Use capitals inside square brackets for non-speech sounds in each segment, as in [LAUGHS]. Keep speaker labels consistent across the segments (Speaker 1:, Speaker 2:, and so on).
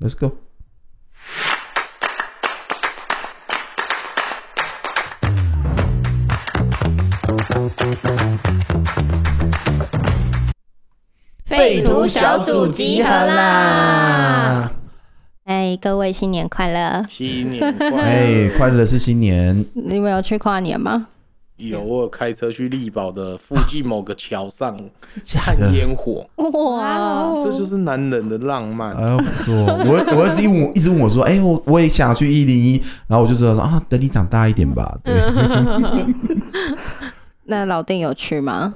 Speaker 1: Let's go。
Speaker 2: 废图小组集合啦！！哎，各位新年快乐！
Speaker 3: 新年快乐！
Speaker 1: 哎，快乐的是新年，
Speaker 2: 你们有去跨年吗？
Speaker 3: 有我有开车去力宝的附近某个桥上
Speaker 1: 假
Speaker 3: 看烟火，
Speaker 4: 哦
Speaker 2: 哇，
Speaker 3: 这就是男人的浪漫。
Speaker 1: 哎呦，不错！ [LAUGHS] 我我儿子一问，一直问我说：“哎、我我也想去一零一。”然后我就知道说啊，等你长大一点吧。对，
Speaker 4: 嗯
Speaker 2: 那老丁有去吗？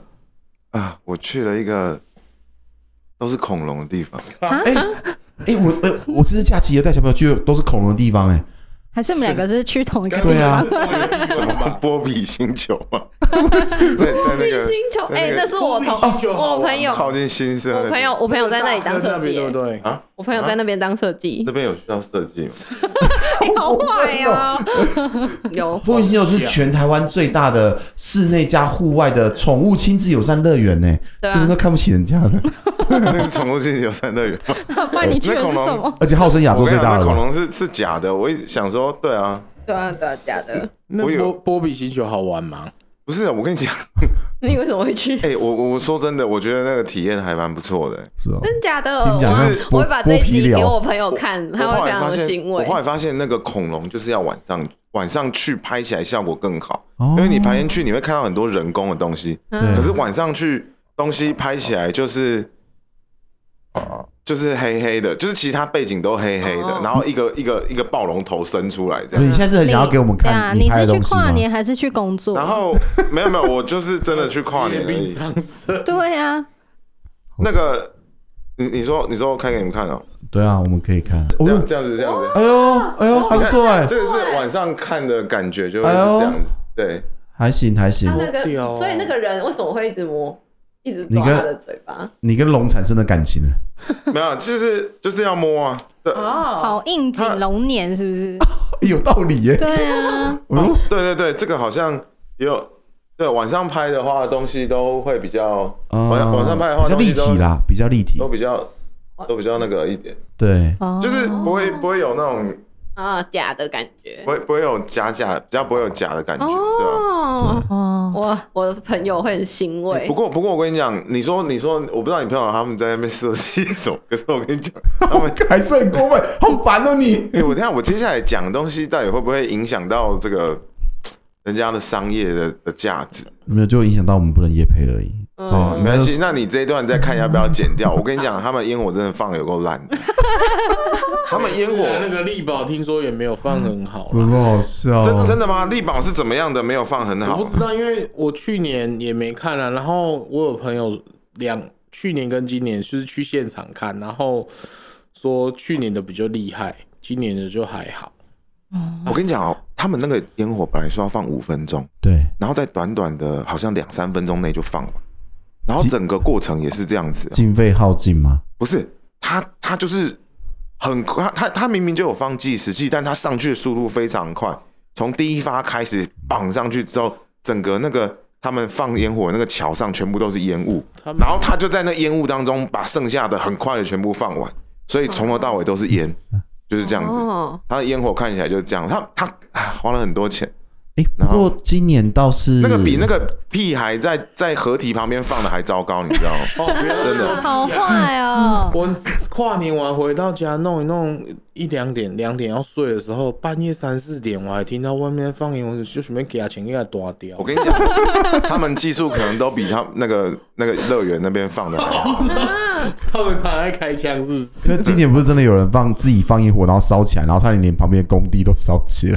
Speaker 5: 啊，我去了一个都是恐龙的地方，
Speaker 1: 哎哎、我我我这次假期有带小朋友去，都是恐龙的地方哎、
Speaker 2: 还是我们两个是去同一个
Speaker 3: 该
Speaker 2: 地
Speaker 3: 不
Speaker 2: 方？
Speaker 3: 会
Speaker 1: 对啊
Speaker 3: 是地
Speaker 5: [LAUGHS] 什
Speaker 3: 球
Speaker 5: 么
Speaker 3: 吧
Speaker 5: 波比星球吗？在在那个
Speaker 4: 星球，
Speaker 5: 在
Speaker 4: 哎、
Speaker 5: 那个
Speaker 4: 那是我同
Speaker 3: 玻璃星球好
Speaker 4: 我
Speaker 3: 玩
Speaker 4: 朋友，
Speaker 5: 靠近新社
Speaker 4: 我
Speaker 5: 那
Speaker 4: 朋
Speaker 5: 边
Speaker 4: 友，哦我朋友在那里当设
Speaker 3: 那
Speaker 4: 计
Speaker 3: 边对
Speaker 4: 耶
Speaker 3: 不，对？
Speaker 5: 啊，
Speaker 4: 我朋友在那边当设计
Speaker 5: 那，边有需要设
Speaker 4: [LAUGHS]
Speaker 5: 计吗？
Speaker 2: 你好坏哦！
Speaker 1: [LAUGHS]
Speaker 4: 有
Speaker 1: 波比星球是全台湾最大的室内加户外的宠物亲子友善乐园呢，
Speaker 4: 对
Speaker 1: 怎么
Speaker 4: 啊
Speaker 1: 都，看不起人家呢？
Speaker 5: 那个宠物星球三乐园，
Speaker 2: 不然你去的是什么？
Speaker 1: [LAUGHS] 而且号称亚
Speaker 5: 我
Speaker 1: 洲
Speaker 5: 跟
Speaker 1: 最
Speaker 5: 你讲，
Speaker 1: 大
Speaker 5: 那
Speaker 1: 的
Speaker 5: 恐
Speaker 1: 吧。
Speaker 5: 龙是是假的。我一想说，对啊，
Speaker 4: 对啊，对啊，假的。
Speaker 3: 那
Speaker 5: 我有
Speaker 3: 波波比星球好玩吗？
Speaker 5: 不是啊，我跟你讲， [LAUGHS]
Speaker 4: 啊 [LAUGHS] 你为什么会去？
Speaker 5: 哎，我我我说真的，我觉得那个体验还蛮不错的。
Speaker 1: 是哦，
Speaker 4: 真假的？
Speaker 1: 听
Speaker 4: 我
Speaker 1: 讲像剥
Speaker 4: 啊我会把这一
Speaker 1: 剥皮
Speaker 4: 集
Speaker 1: 寮
Speaker 4: 给我朋友看，他
Speaker 5: 我后
Speaker 4: 会非
Speaker 5: 来
Speaker 4: 常
Speaker 5: 发
Speaker 4: 的
Speaker 5: 现，
Speaker 4: 欣
Speaker 5: 我
Speaker 4: 慰。
Speaker 5: 后来发现那个恐龙就是要晚上晚上去拍起来效果更好，
Speaker 1: 哦
Speaker 5: 因为你白天去你会看到很多人工的东西，
Speaker 1: 对
Speaker 5: 可是晚上去东西拍起来就是。呃就是黑黑的，就是其他背景都黑黑的，
Speaker 4: 哦
Speaker 5: 然后一个一个一个暴龙头伸出来这
Speaker 1: 对，
Speaker 5: 样。
Speaker 1: 你现在是很想要给我们
Speaker 2: 对啊，
Speaker 1: 看
Speaker 2: 你
Speaker 1: 拍的
Speaker 2: 是去
Speaker 1: 东西吗
Speaker 2: 跨？年还是去工作？
Speaker 5: 然后没有没有，我就是真的去跨年而
Speaker 3: [LAUGHS] 冰
Speaker 5: 已。
Speaker 3: 上色，
Speaker 2: 对啊，
Speaker 5: 那个，你你说你说我开给你们看哦，
Speaker 1: 对啊，我们可以看。
Speaker 5: 这
Speaker 1: 哦
Speaker 5: 样
Speaker 1: 呦，
Speaker 5: 这样子这样子，
Speaker 1: 哎呦，哎呦，还不错哎，
Speaker 5: 这个是晚上看的感觉就会是这样子。
Speaker 1: 哎
Speaker 5: 对，
Speaker 1: 还行还行
Speaker 4: 他。那个，
Speaker 3: 屌哦
Speaker 5: 啊
Speaker 4: 所以那个人为什么会一直摸，一直
Speaker 1: 你
Speaker 4: 抓
Speaker 1: 跟
Speaker 4: 他的嘴巴？
Speaker 1: 你跟龙产生了感情了，
Speaker 5: 没有，啊就是就是要摸啊。对，
Speaker 4: 哦，
Speaker 2: 好应景龙年是不是？
Speaker 1: 哎 [LAUGHS] 有道理耶。
Speaker 2: 对啊，
Speaker 1: 哦
Speaker 5: 哦，对对对，这个好像也有。对，晚上拍的话，东西都会比较晚上晚上拍的话
Speaker 1: 哦啊比较立
Speaker 5: 东西
Speaker 1: 体
Speaker 5: 都
Speaker 1: 啦，比较立体
Speaker 5: 都。比较都比较那个一点，
Speaker 1: 对，
Speaker 2: 哦
Speaker 5: 就是不会不会有那种
Speaker 4: 啊，假的感觉
Speaker 5: 不。会不会有假假，比较不会有假的感觉，对吧？
Speaker 4: 哦，
Speaker 2: 哦，
Speaker 4: 我我的朋友会很欣慰
Speaker 5: 不。
Speaker 1: 哎
Speaker 5: 过不过我跟你讲，你说你说，我不知道你朋友他们在那边设计什么， [LAUGHS] 可是我跟你讲，他们
Speaker 1: 还是很 [LAUGHS] 过分，好烦哦你。
Speaker 5: 哎、我等一下我接下来讲的东西到底会不会影响到这个人家的商业的的价值？
Speaker 1: 没有，就影响到我们不能夜配而已。
Speaker 5: 哦，
Speaker 1: 对啊
Speaker 5: 没关系，那你这一段再看要不要剪掉？我跟你讲，他们烟火真的放得有够烂的，他们烟火
Speaker 3: [LAUGHS] 我那个力宝听说也没有放很好
Speaker 1: 怎
Speaker 3: 啦。
Speaker 1: 么好笑？
Speaker 5: 真真的吗？力宝是怎么样的？没有放很
Speaker 3: 我
Speaker 5: 好
Speaker 3: 不，知道，因为我去年也没看啊。然后我有朋友两去年跟今年是去现场看，然后说去年的比较厉害，今年的就还好。
Speaker 5: 我跟你讲哦，他们那个烟火本来说要放五分钟，
Speaker 1: 对，
Speaker 5: 然后在短短的好像两三分钟内就放完，然后整个过程也是这样子，
Speaker 1: 经费耗尽吗？
Speaker 5: 不是他，他就是很快，他他明明就有放计时器，但他上去的速度非常快，从第一发开始绑上去之后，整个那个他们放烟火那个桥上全部都是烟雾，
Speaker 3: 他们
Speaker 5: 然后他就在那烟雾当中把剩下的很快的全部放完，所以从头到尾都是烟，就是这样子。
Speaker 4: 哦，
Speaker 5: 他的烟火看起来就是这样，他他啊花了很多钱，
Speaker 1: 哎，不
Speaker 5: 然后
Speaker 1: 过今年倒是
Speaker 5: 那个比那个屁孩在在河堤旁边放的还糟糕，你知道吗？
Speaker 3: 哦，不要
Speaker 5: 真的
Speaker 2: 好坏哦，
Speaker 3: 我跨年完回到家弄一弄一两点两点要睡的时候，半夜三四点我还听到外面放烟，我就准备给他钱给他打掉
Speaker 5: 我。跟你讲，他们技术可能都比他那个那个乐园那边放的还好。
Speaker 3: [LAUGHS] 他们常常在开枪是不是？
Speaker 1: 可是今年不是真的有人放自己放烟火，然后烧起来，然后差点连旁边的工地都烧起来。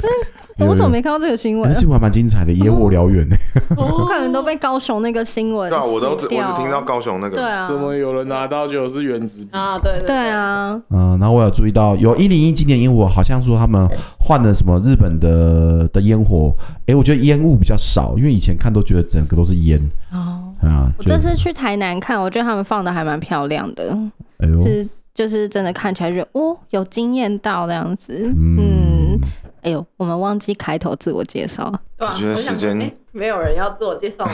Speaker 2: 我为什么没看到这个新
Speaker 1: 哎？
Speaker 2: 闻
Speaker 1: 那？新闻还蛮精彩的，野火燎原呢。
Speaker 2: 我可能都被高雄那个新闻
Speaker 5: 对啊，我都只
Speaker 2: 洗
Speaker 5: 我
Speaker 2: 掉
Speaker 5: 只听到高雄那
Speaker 2: 对
Speaker 5: 个，
Speaker 2: 啊
Speaker 3: 怎，么有人拿到就是原子笔？
Speaker 4: 啊，对
Speaker 2: 对，啊，
Speaker 1: 嗯，然后我有注意到有一零一今年烟火，好像说他们换了什么日本的的烟火，诶，我觉得烟雾比较少，因为以前看都觉得整个都是烟
Speaker 2: 哦，
Speaker 1: 啊。
Speaker 2: 我
Speaker 1: 就
Speaker 2: 这次去台南看，我觉得他们放的还蛮漂亮的，
Speaker 1: 哎呦，
Speaker 2: 哦是就是真的看起来就哦有惊艳到这样子，
Speaker 1: 嗯
Speaker 2: 嗯，哎呦，我们忘记开头自我介绍了。
Speaker 4: 对啊
Speaker 5: 我觉得
Speaker 4: 想
Speaker 5: 时间
Speaker 4: 说诶没有人要自我介
Speaker 5: [LAUGHS]
Speaker 4: 绍吗？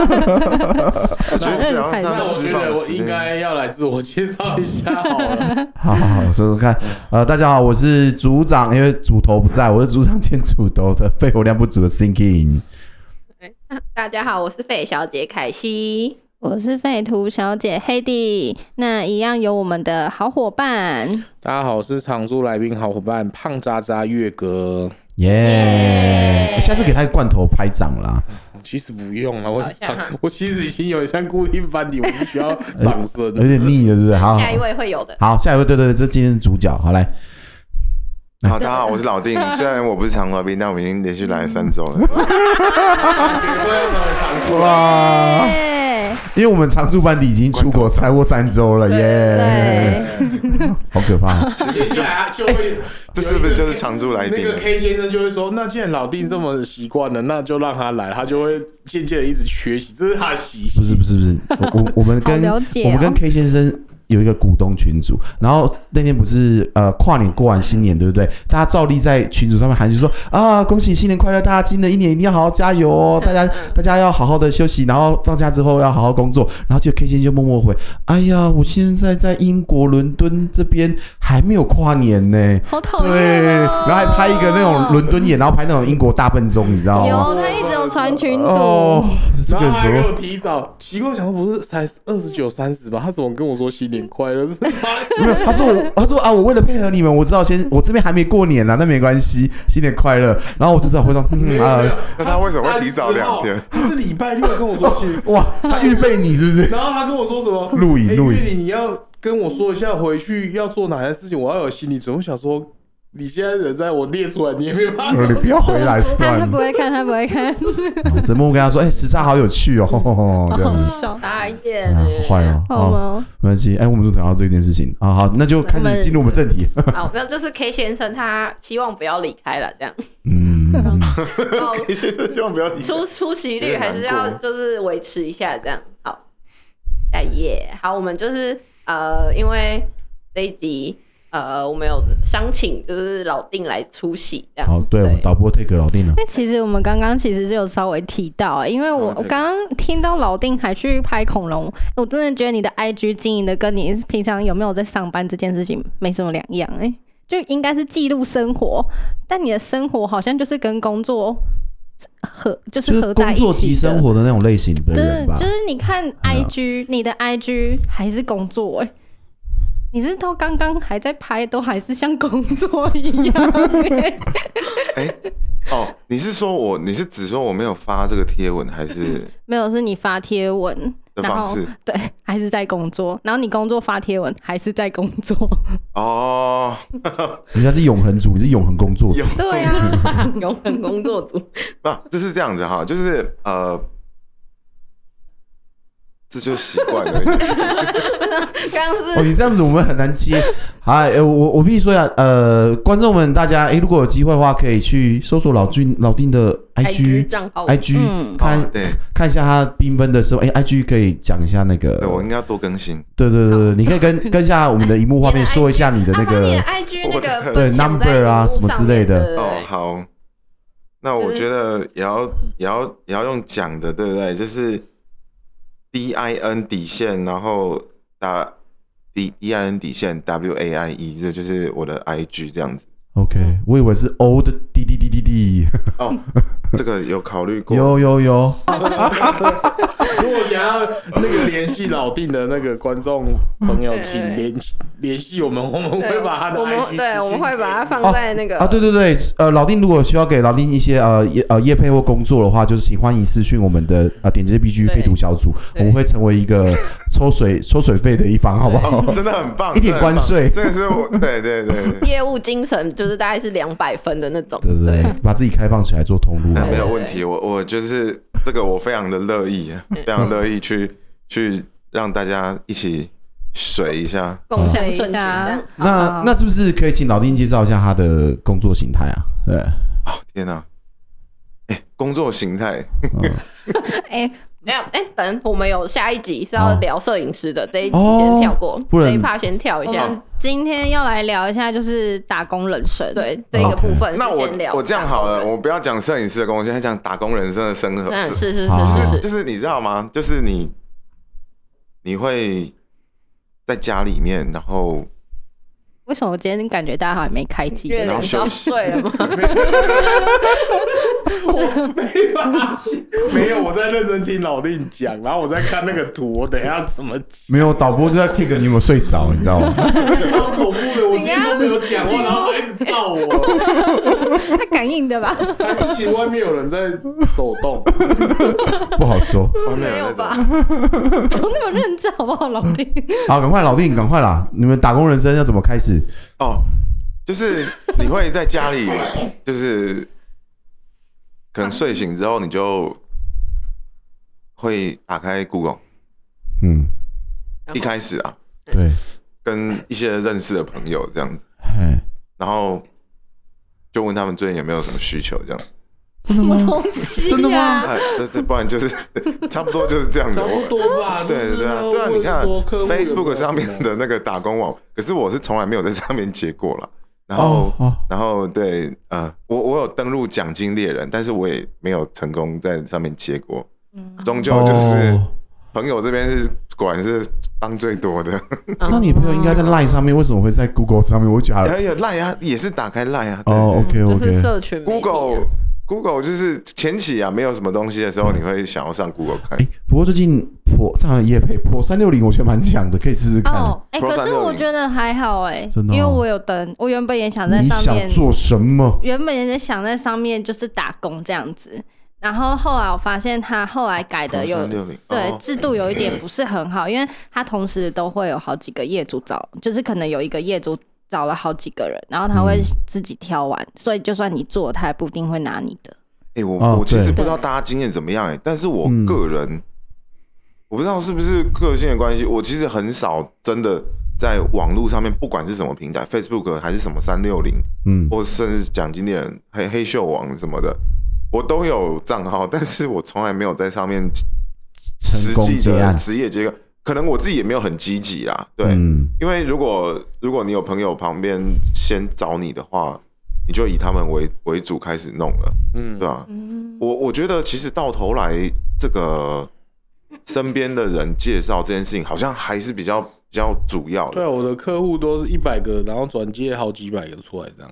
Speaker 5: 我觉得只要
Speaker 2: 那你看一下
Speaker 5: 这
Speaker 3: 那
Speaker 5: 样
Speaker 3: [LAUGHS] 我
Speaker 5: 释
Speaker 3: 觉
Speaker 5: 放
Speaker 3: 得
Speaker 5: 的
Speaker 3: 我
Speaker 5: 时
Speaker 3: 应
Speaker 5: 间，
Speaker 3: 该要来自我介绍一下好 [LAUGHS] 了。
Speaker 1: 好好好，说说看。呃，大家好，我是组长，因为主头不在，我是组长兼主头的肺活量不足的 Thinking。
Speaker 4: 大家好，我是费小姐凯西。
Speaker 2: 我是废图小姐黑弟，那一样有我们的好伙伴，
Speaker 3: 大家好，我是常驻来宾好伙伴胖渣渣月哥。
Speaker 1: 耶、欸下次给他一个罐头拍掌啦。
Speaker 3: 其实不用啊了，我
Speaker 4: 好像
Speaker 3: 我其实已经有点像固定班底，我不需要掌声
Speaker 1: 有。点腻了，对不对？好，
Speaker 4: 下一位会有的。
Speaker 1: 好，下一位，对对对，这是今天的主角，好来，
Speaker 5: 好，大家好，我是老丁。虽然我不是常来宾，但我已经连续来了三周了。
Speaker 3: 哎啊 [LAUGHS]
Speaker 2: 哦
Speaker 1: 哇，
Speaker 2: 耶，
Speaker 1: 因为我们常驻班底已经出国超过三周了，耶，
Speaker 2: 对，
Speaker 1: 好可怕，
Speaker 3: 接下 [LAUGHS] 来哎就会，
Speaker 5: 这是不是就是常驻来
Speaker 3: 那
Speaker 5: 宾
Speaker 3: 个
Speaker 5: 了？
Speaker 3: K 先生就会说，那既然老弟这么习惯了，那就让他来，他就会渐渐的一直缺席，这是他的习
Speaker 1: 不是不是不是，我我我们跟
Speaker 2: 好了解哦
Speaker 1: 我们跟 K 先生。有一个股东群组，然后那天不是呃跨年过完新年对不对？大家照例在群组上面喊就说啊恭喜新年快乐，大家新的一年一定要好好加油
Speaker 2: 嗯
Speaker 1: 哦，大家大家要好好的休息，然后放假之后要好好工作。然后就 K 先生就默默回，哎呀，我现在在英国伦敦这边还没有跨年呢、
Speaker 2: 好讨
Speaker 1: 对，
Speaker 2: 厌、哦。
Speaker 1: 然后还拍一个那种伦敦眼，然后拍那种英国大笨钟，你知道吗？
Speaker 2: 有，他一直有传群组，
Speaker 1: 哦，这
Speaker 3: 然
Speaker 1: 个
Speaker 3: 后还
Speaker 1: 怎
Speaker 3: 给
Speaker 1: 么
Speaker 3: 我提早，奇怪，我想说不是才二十九、三十吧？他怎么跟我说新年快
Speaker 1: 嗯
Speaker 3: 乐？是 [LAUGHS]
Speaker 1: 没有，他说我，他说啊，我为了配合你们，我知道先我这边还没过年呢、啊那没关系，新年快乐。然后我就知道回头，嗯 [LAUGHS] 啊，
Speaker 5: 那他为什么会提早两天？
Speaker 3: 他是礼拜六跟我
Speaker 1: [LAUGHS]
Speaker 3: 说新年，
Speaker 1: 哇，他预备你是不是？
Speaker 3: 然后他跟我说什么？
Speaker 1: 录影
Speaker 3: 哎
Speaker 1: 录影
Speaker 3: 月里你要跟我说一下回去要做哪些事情，我要有心理准备。我想说，你现在人在我列出来，你也没有 [LAUGHS] 办法。
Speaker 1: 哎你不要回来
Speaker 2: 他
Speaker 1: 算
Speaker 2: 他不
Speaker 1: 了。
Speaker 2: 会看，他不会看，
Speaker 1: 怎么我哎跟他说，哎、时差好有趣哦， [LAUGHS] 这样
Speaker 2: 好
Speaker 1: 子。
Speaker 2: 笑，
Speaker 4: 大雁
Speaker 1: 啊，好坏哦，
Speaker 2: 好
Speaker 1: 好，
Speaker 2: 吗？
Speaker 1: 没关系。哎、我们就谈到这件事情啊，好，那就开始进入我们正题。 [LAUGHS]
Speaker 4: 好，没有，就是 K 先生他希望不要离开了，
Speaker 1: [LAUGHS]
Speaker 4: 这样。
Speaker 1: 嗯，
Speaker 4: 然后
Speaker 5: 你先生希望不要理
Speaker 4: 出出席
Speaker 5: 有
Speaker 4: 率
Speaker 5: 点
Speaker 4: 还是
Speaker 5: 难过
Speaker 4: 要就是维持一下这样。好，下一页。好，我们就是呃，因为这一集呃，我们有商请就是老定来出席这样。
Speaker 1: 好，对，我们导播 take 老定了。
Speaker 2: 那其实我们刚刚其实就有稍微提到、欸因为我
Speaker 5: 哦
Speaker 2: 我
Speaker 5: 对
Speaker 2: 刚刚听到老丁还去拍恐龙，我真的觉得你的 IG 经营的跟你平常有没有在上班这件事情没什么两样、哎，就应该是记录生活，但你的生活好像就是跟工作合，
Speaker 1: 就
Speaker 2: 就
Speaker 1: 是是
Speaker 2: 合在
Speaker 1: 工
Speaker 2: 一起
Speaker 1: 作
Speaker 2: 的。
Speaker 1: 及生活的那种类型的
Speaker 2: 就是
Speaker 1: 人吧
Speaker 2: 就，是你看 IG，、你的 IG 还是工作哎、你是到刚刚还在拍，都还是像工作一样、欸。 [LAUGHS]
Speaker 5: 哎，哦，你是说我？你是指说我没有发这个贴文，还是
Speaker 2: 没有，是你发贴文，
Speaker 5: 的
Speaker 2: 然
Speaker 5: 方
Speaker 2: 后
Speaker 5: 式？
Speaker 2: 对，还是在工作，然后你工作发贴文，还是在工
Speaker 1: [LAUGHS]
Speaker 2: 作。
Speaker 5: 哦，
Speaker 1: 人家是永恒主，你是永恒工作者
Speaker 5: 有。
Speaker 2: 对啊，
Speaker 1: 哦
Speaker 4: [LAUGHS] 永恒工作
Speaker 1: [LAUGHS]
Speaker 4: 组，
Speaker 5: 不，这啊是这样子哈，就是呃，这就习惯了。
Speaker 4: 刚
Speaker 2: [LAUGHS]
Speaker 4: 刚
Speaker 1: 哦，
Speaker 4: 是
Speaker 1: 你这样子我们很难接。嗨，呃我我必须说一下，呃，观众们大家，诶，如果有机会的话，可以去搜索老君老丁的
Speaker 4: IG
Speaker 1: IG
Speaker 4: 账号
Speaker 1: IG，、
Speaker 2: 嗯
Speaker 5: 哦
Speaker 1: 看
Speaker 5: 对，
Speaker 1: 看一下他缤纷的时候，诶 i g 可以讲一下那个
Speaker 5: 对，我应该要多更新。
Speaker 1: 对对对对，你可以跟跟一下我们的荧幕画面说一下你的那
Speaker 4: 啊把你
Speaker 1: 个
Speaker 4: 的 IG 那
Speaker 5: 我
Speaker 4: 个
Speaker 5: 的
Speaker 4: 分享在
Speaker 1: 对 number 啊
Speaker 4: 荧幕
Speaker 1: 什么
Speaker 4: 上
Speaker 1: 之类
Speaker 4: 面
Speaker 1: 的
Speaker 4: 对对
Speaker 5: 哦，
Speaker 4: 对
Speaker 5: 好，那
Speaker 4: 就是
Speaker 5: 我觉得也要也要也要用讲的，对不对？就是 D I N 底线，然后打 D D I N 底线 W A I E，这就是我的 I G 这样子。
Speaker 1: OK，我以为是 old 滴滴滴滴滴，
Speaker 5: 哦，这个有考虑过，
Speaker 1: 有有有，
Speaker 3: [LAUGHS] 如果想要那个联系老定的那个观众朋友，请联联系我们，我们会把他的
Speaker 4: 我
Speaker 3: IG
Speaker 4: 们对我们会把它放
Speaker 1: 哦
Speaker 4: 在那个
Speaker 1: 啊，对对对，呃，老丁如果需要给老丁一些呃业呃业配或工作的话，就是请欢迎私讯我们的啊、呃、点击 BG
Speaker 4: 对
Speaker 1: 配图小组，
Speaker 4: 对
Speaker 1: 我们会成为一个抽水抽水费的一方，好不好？ [LAUGHS]
Speaker 5: 真的很棒，
Speaker 1: 一点
Speaker 5: 真的很
Speaker 1: 关
Speaker 5: 棒
Speaker 1: 税
Speaker 5: 真的是
Speaker 1: [LAUGHS]
Speaker 5: 我，对对对对。
Speaker 4: 业务精神，就是大概是两百分的那种。
Speaker 1: 对对对，把自己开放起来做通路
Speaker 5: 那
Speaker 1: 啊
Speaker 4: 对。
Speaker 5: 没有问题，我我就是这个，我非常的乐意，
Speaker 4: 嗯
Speaker 5: 非常乐意去去让大家一起水一下。
Speaker 4: 共
Speaker 1: 哦
Speaker 4: 享盛举这样。
Speaker 1: 那那是不是可以请老丁介绍一下他的工作形态啊？对，
Speaker 5: 哦天哪、哎、工作形态
Speaker 2: 哎、
Speaker 4: 没有，哎、等我们有下一集是要
Speaker 1: 哦
Speaker 4: 聊摄影师的，这一集先跳过，
Speaker 1: 不然
Speaker 4: 这一趴先跳一
Speaker 2: 我
Speaker 4: 下。
Speaker 5: 哦
Speaker 2: 们今天要来聊一下，就是打工人生。
Speaker 4: 对，这个部分是
Speaker 5: 那我
Speaker 4: 先聊
Speaker 5: 我这样好
Speaker 4: 打
Speaker 5: 了，
Speaker 4: 工人
Speaker 5: 我不要讲摄影师的工作，现在讲打工人生的生活。
Speaker 4: 嗯，
Speaker 5: 是
Speaker 4: 是是是
Speaker 1: 好
Speaker 4: 是
Speaker 5: 就是
Speaker 4: 是，
Speaker 5: 就是你知道吗？就是你你会在家里面，然后
Speaker 2: 为什么我今天感觉大家好像没开机？
Speaker 4: 月
Speaker 5: 然后
Speaker 4: 亮
Speaker 5: 休
Speaker 4: 要
Speaker 5: 息
Speaker 4: 睡
Speaker 1: [LAUGHS]
Speaker 4: 了吗？
Speaker 3: 没发现， [LAUGHS] 没有，我在认真听老令讲，然后我在看那个图，我等一下怎么讲，
Speaker 1: 没有导播就在 kick 你有没有睡着，你知道吗？
Speaker 3: 好恐怖的，我今天都没有讲话，然后他一直照我，
Speaker 2: 他感应
Speaker 1: [LAUGHS]
Speaker 2: 的吧？
Speaker 3: 还是其实外面有人在走动，
Speaker 1: 不好说。
Speaker 5: 外面
Speaker 4: 没有
Speaker 5: 有
Speaker 4: 吧
Speaker 5: 那种
Speaker 2: 不用那么认真好不好，老
Speaker 1: [LAUGHS]
Speaker 2: 弟？
Speaker 1: [LAUGHS] 好，赶快老弟，赶快啦！你们打工人生要怎么开始？
Speaker 5: 哦，就是你会在家里，就是可能睡醒之后，你就会打开 Google。
Speaker 1: 嗯，
Speaker 4: 然后
Speaker 5: 一开始啊，
Speaker 1: 对，
Speaker 5: 跟一些认识的朋友这样子，
Speaker 1: 嘿，
Speaker 5: 然后就问他们最近有没有什么需求这样。
Speaker 2: 什么东西、啊呀？
Speaker 1: 真的吗
Speaker 5: 哎，对对，不然就是 [LAUGHS] 差不多就是这样子。
Speaker 3: 差不
Speaker 5: 我
Speaker 3: 多吧，
Speaker 5: 对
Speaker 3: 就是
Speaker 5: 对啊，
Speaker 3: 那
Speaker 5: 对啊，
Speaker 3: 问
Speaker 5: 你看
Speaker 3: 说客户有没有什么
Speaker 5: Facebook 上面的那个打工网，可是我是从来没有在上面接过了。然后
Speaker 1: 哦，哦
Speaker 5: 然后对，呃，我我有登录奖金猎人，但是我也没有成功在上面接过。
Speaker 2: 嗯
Speaker 5: 终究就是
Speaker 1: 哦
Speaker 5: 朋友这边是果然是帮最
Speaker 1: [LAUGHS]
Speaker 5: 多的，
Speaker 2: 嗯
Speaker 1: 那你朋友应该在 Line 上面，为什么会在 Google 上面？我觉得
Speaker 5: 还有赖啊，也是打开赖啊。对
Speaker 1: 哎哦，OK
Speaker 4: 就
Speaker 1: OK，
Speaker 4: 是社群媒体啊
Speaker 5: Google Google 就是前期啊，没有什么东西的时
Speaker 1: 嗯
Speaker 5: 候，你会想要上 Google 看
Speaker 1: 哎、。不过最近破这样也配破三六零，我觉得蛮强的，可以试试看。
Speaker 2: 哦，哎、
Speaker 5: Pro
Speaker 2: 可是
Speaker 5: 360
Speaker 2: 我觉得还好哎、
Speaker 1: 真的哦
Speaker 2: 因为我有登，我原本也想在
Speaker 1: 你
Speaker 2: 上
Speaker 1: 想
Speaker 2: 面，
Speaker 1: 做什么？
Speaker 2: 原本也是想在上面就是打工这样子，然后后来我发现他后来改的有。
Speaker 5: 六零
Speaker 1: 哦
Speaker 5: 哦
Speaker 2: 对制度有一点不是很好，因为他同时都会有好几个业主找，就是可能有一个业主找了好几个人，然后他会自己挑完，所以就算你做，他也不一定会拿你的。
Speaker 5: 哎、我、
Speaker 1: 哦
Speaker 5: 我其实
Speaker 1: 对
Speaker 5: 不知道大家经验怎么样哎、但是我
Speaker 1: 嗯
Speaker 5: 个人、我不知道是不是个性的关系，我其实很少真的在网络上面，不管是什么平台，Facebook 还是什么三六零，
Speaker 1: 嗯，
Speaker 5: 或甚至是奖金猎人、黑黑秀网什么的，我都有账号，但是我从来没有在上面
Speaker 1: 成
Speaker 5: 实
Speaker 1: 功
Speaker 5: 际
Speaker 1: 接
Speaker 5: 的
Speaker 1: 案。
Speaker 5: 实业接案，可能我自己也没有很积极啦，对，
Speaker 1: 嗯，
Speaker 5: 因为如果如果你有朋友旁边先找你的话，你就以他们为为主开始弄了，
Speaker 3: 嗯
Speaker 5: 对吧、我我觉得其实到头来，这个身边的人介绍这件事情，好像还是比较比较主要
Speaker 3: [LAUGHS] 对
Speaker 5: 的。
Speaker 3: 啊，我的客户都是一百个，然后转接好几百个出来这样。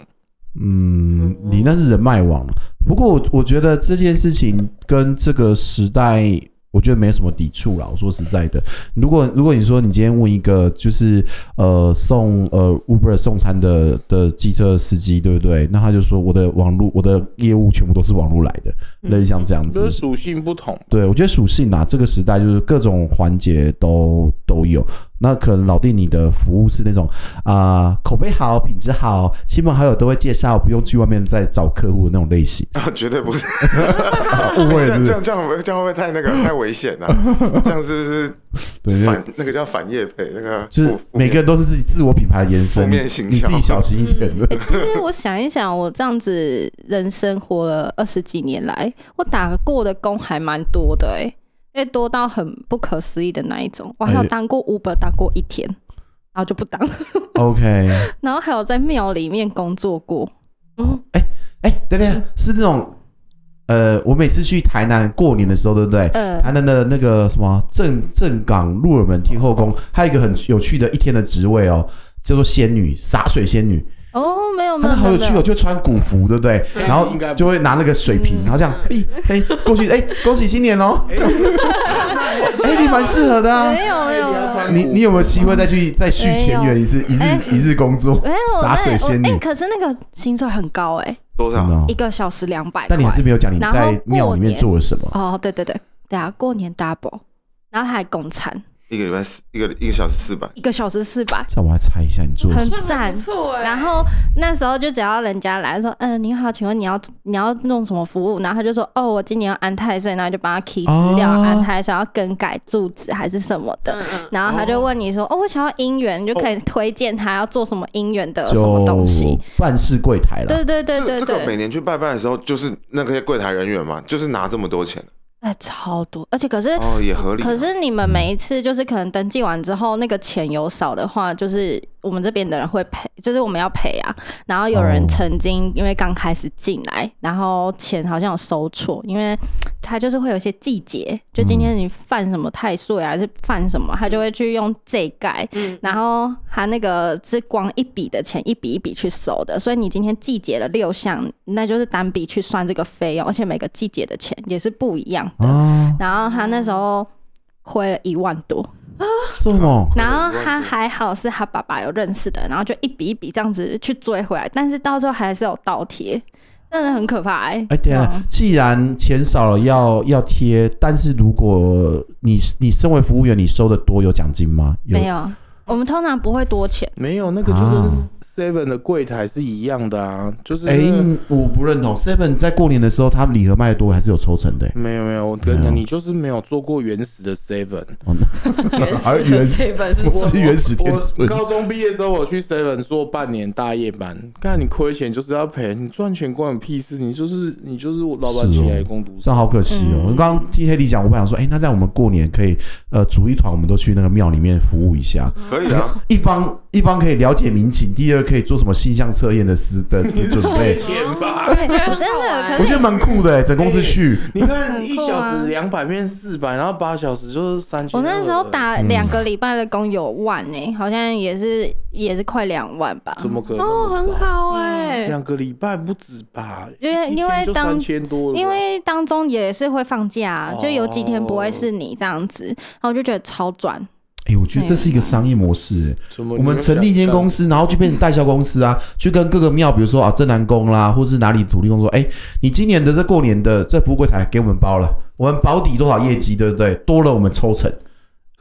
Speaker 1: 嗯，你那是人脉网了。不过我我觉得这件事情跟这个时代，我觉得没什么抵触啦。我说实在的，如果如果你说你今天问一个就是呃送呃 Uber 送餐的的机车司机，对不对？那他就说我的网络我的业务全部都是网络来的，类似像这样子。
Speaker 3: 就是属性不同，
Speaker 1: 对，我觉得属性啊，这个时代就是各种环节都都有。那可能老弟你的服务是那种啊、口碑好、品质好，亲朋好友都会介绍，不用去外面再找客户的那种类型。
Speaker 5: 啊， [LAUGHS] 绝对不是
Speaker 1: 啊误会
Speaker 5: 这
Speaker 1: 了是不
Speaker 5: 样这
Speaker 1: 是？
Speaker 5: 样这样会不会这样会不会太那个太
Speaker 1: [LAUGHS]
Speaker 5: 危险了、啊？这样是不
Speaker 1: 对
Speaker 5: 是
Speaker 1: 就
Speaker 5: 反那个叫反业配那个
Speaker 1: 就是
Speaker 5: 负
Speaker 1: 每个人都是自己自我品牌的延伸，
Speaker 5: 负面形
Speaker 1: 你自己
Speaker 5: 象嗯
Speaker 1: 小心一点的。
Speaker 2: 欸其实我想一想，我这样子人生活了二十几年来，我打过的工还蛮多的哎、欸，多到很不可思议的那一种。我还有
Speaker 1: 哎
Speaker 2: 当过 Uber，当过一天，然后就不当，
Speaker 1: [LAUGHS] OK，
Speaker 2: [LAUGHS] 然后还有在庙里面工作过。
Speaker 1: 哎、等等，是那种呃，我每次去台南过年的时候，对不对？
Speaker 5: 嗯
Speaker 2: 呃，
Speaker 1: 台南的那个什么正正港鹿耳门天后宫，还有一个很有趣的一天的职位哦，叫做仙女洒水仙女。
Speaker 2: 哦，没有没
Speaker 1: 他那
Speaker 2: 有没
Speaker 1: 好
Speaker 2: 有
Speaker 1: 有
Speaker 2: 没
Speaker 1: 趣哦，
Speaker 2: 有，
Speaker 1: 就穿古服，对不对？
Speaker 3: 嗯
Speaker 1: 然后
Speaker 3: 应该不是
Speaker 1: 就会拿那个水瓶，然后这样，
Speaker 2: 嗯
Speaker 1: 哎哎，过去，哎，恭喜新年
Speaker 2: [LAUGHS]
Speaker 1: 哦！哎，你蛮适合的啊。
Speaker 2: 没有没有没有。
Speaker 1: 你你有没有机会再去再续前缘一次，一日
Speaker 2: 哎
Speaker 1: 一日工作
Speaker 2: 没有，我
Speaker 1: 洒水
Speaker 2: 那我
Speaker 1: 仙
Speaker 2: 哎、
Speaker 1: 女？
Speaker 2: 可是那个薪水很高哎、
Speaker 5: 多
Speaker 1: 真
Speaker 5: 少
Speaker 1: 的？哦
Speaker 2: 一个小时两百块。
Speaker 1: 但你还是没有讲你
Speaker 2: 然后
Speaker 1: 在庙里面做了什么。
Speaker 2: 哦，对对对，对啊，过年 double，然后还共餐，
Speaker 5: 一个礼拜四一个一个小时四百，
Speaker 2: 一个小时四百，
Speaker 1: 这样我来猜一下你做了什
Speaker 2: 很
Speaker 1: 么。
Speaker 2: 赞。
Speaker 4: 错哎
Speaker 2: 然后那时候就只要人家来说，嗯、您好，请问你要你要弄什么服务？然后他就说，哦，我今年要安泰税，然后就帮他 key 资料，
Speaker 1: 哦
Speaker 2: 安泰税要更改住址还是什么的。
Speaker 4: 嗯
Speaker 2: 然后他就问你说，哦，我想要姻缘，你就可以推荐他要做什么姻缘的什么东西
Speaker 1: 就。啊办事柜台了。
Speaker 2: 对对对
Speaker 5: 这
Speaker 2: 对
Speaker 5: 这个每
Speaker 2: 对，
Speaker 5: 年去拜拜的时候，就是那些柜台人员嘛，就是拿这么多钱，啊
Speaker 2: 哎、哎，超多，而且可是
Speaker 5: 哦，也合理啊。
Speaker 2: 可是你们每一次就是可能登记完之后，那个钱有少的话，就是我们这边的人会赔，就是我们要赔啊。然后有人
Speaker 1: 哦
Speaker 2: 曾经因为刚开始进来，然后钱好像有收错，因为他就是会有一些季节，就今天你犯什么太岁啊，还是犯什么，他就会去用这盖。
Speaker 4: 嗯，
Speaker 2: 然后他那个是光一笔的钱一笔一笔去收的，所以你今天季节的六项，那就是单笔去算这个费用，而且每个季节的钱也是不一样的。
Speaker 1: 啊，
Speaker 2: 然后他那时候亏了一万多，
Speaker 1: 这么
Speaker 2: 然后他还好是他爸爸有认识的，然后就一笔一笔这样子去追回来，但是到最后还是有倒贴，真的很可怕哎、
Speaker 1: 哎，等一下
Speaker 2: 嗯，
Speaker 1: 既然钱少了要要贴，但是如果你你身为服务员，你收的多有奖金吗？
Speaker 2: 没有，我们通常不会多
Speaker 3: [LAUGHS]
Speaker 2: 钱，
Speaker 3: 没有，那个就跟
Speaker 1: 啊
Speaker 3: Seven 的柜台是一样的啊，就是
Speaker 1: 哎、我不认同。Seven 在过年的时候，他们礼盒卖的多，还是有抽成的、欸
Speaker 3: 没有没有，我跟你
Speaker 1: 没有
Speaker 3: 讲，你就是没有做过原始的 Seven。
Speaker 1: 而呃原始
Speaker 4: 这本是
Speaker 1: 我是原始天
Speaker 3: 我
Speaker 1: 尊。
Speaker 3: 高中毕业的时候，我去 Seven 做半年大夜班，看你亏钱就是要赔，你赚钱关我屁事，你就是你就是我老板
Speaker 1: 是哦
Speaker 3: 请来的工读
Speaker 1: 这
Speaker 3: 生。
Speaker 1: 样好可惜哦！
Speaker 2: 嗯
Speaker 1: 我刚刚听黑迪讲，我本来想说，哎、那这样我们过年可以，呃，组一团，我们都去那个庙里面服务一下。
Speaker 5: 可以啊，
Speaker 1: 一方一方可以了解民情，第二可以做什么性向测验的时的的准
Speaker 3: [LAUGHS]
Speaker 1: 备，
Speaker 3: 钱吧，
Speaker 2: 对，真的可
Speaker 1: 我
Speaker 2: 是
Speaker 1: 觉得蛮酷的、哎，整公司去，
Speaker 3: 你看
Speaker 2: 很
Speaker 3: 一
Speaker 2: 酷啊
Speaker 3: 小时两百变四百，然后八小时就是三千。
Speaker 2: 我那时候打两个礼拜的工有万哎、
Speaker 3: 嗯
Speaker 2: 好像也是也是快两万吧，嗯
Speaker 3: 怎么可能
Speaker 4: 哦，
Speaker 3: 那么
Speaker 4: 很
Speaker 3: 少？
Speaker 4: 好哎、
Speaker 3: 两个礼拜不止吧？
Speaker 2: 因为
Speaker 3: 一
Speaker 2: 因为
Speaker 3: 天就
Speaker 2: 当
Speaker 3: 三千多了吧，
Speaker 2: 因为当中也是会放假、啊
Speaker 3: 哦
Speaker 2: 就有几天不会是你这样子，然后我就觉得超赚。
Speaker 1: 哎、我觉得这是一个商业模式、哎
Speaker 3: 怎么
Speaker 1: 我们成立一间公
Speaker 3: 司。
Speaker 1: 司，然后就变成代销公司啊，去跟各个庙，比如说啊正南宫啦，或是哪里土地公说，哎、你今年的这过年的这服务柜台给我们包了，我们保底多少业绩，对不对？多了我们抽成，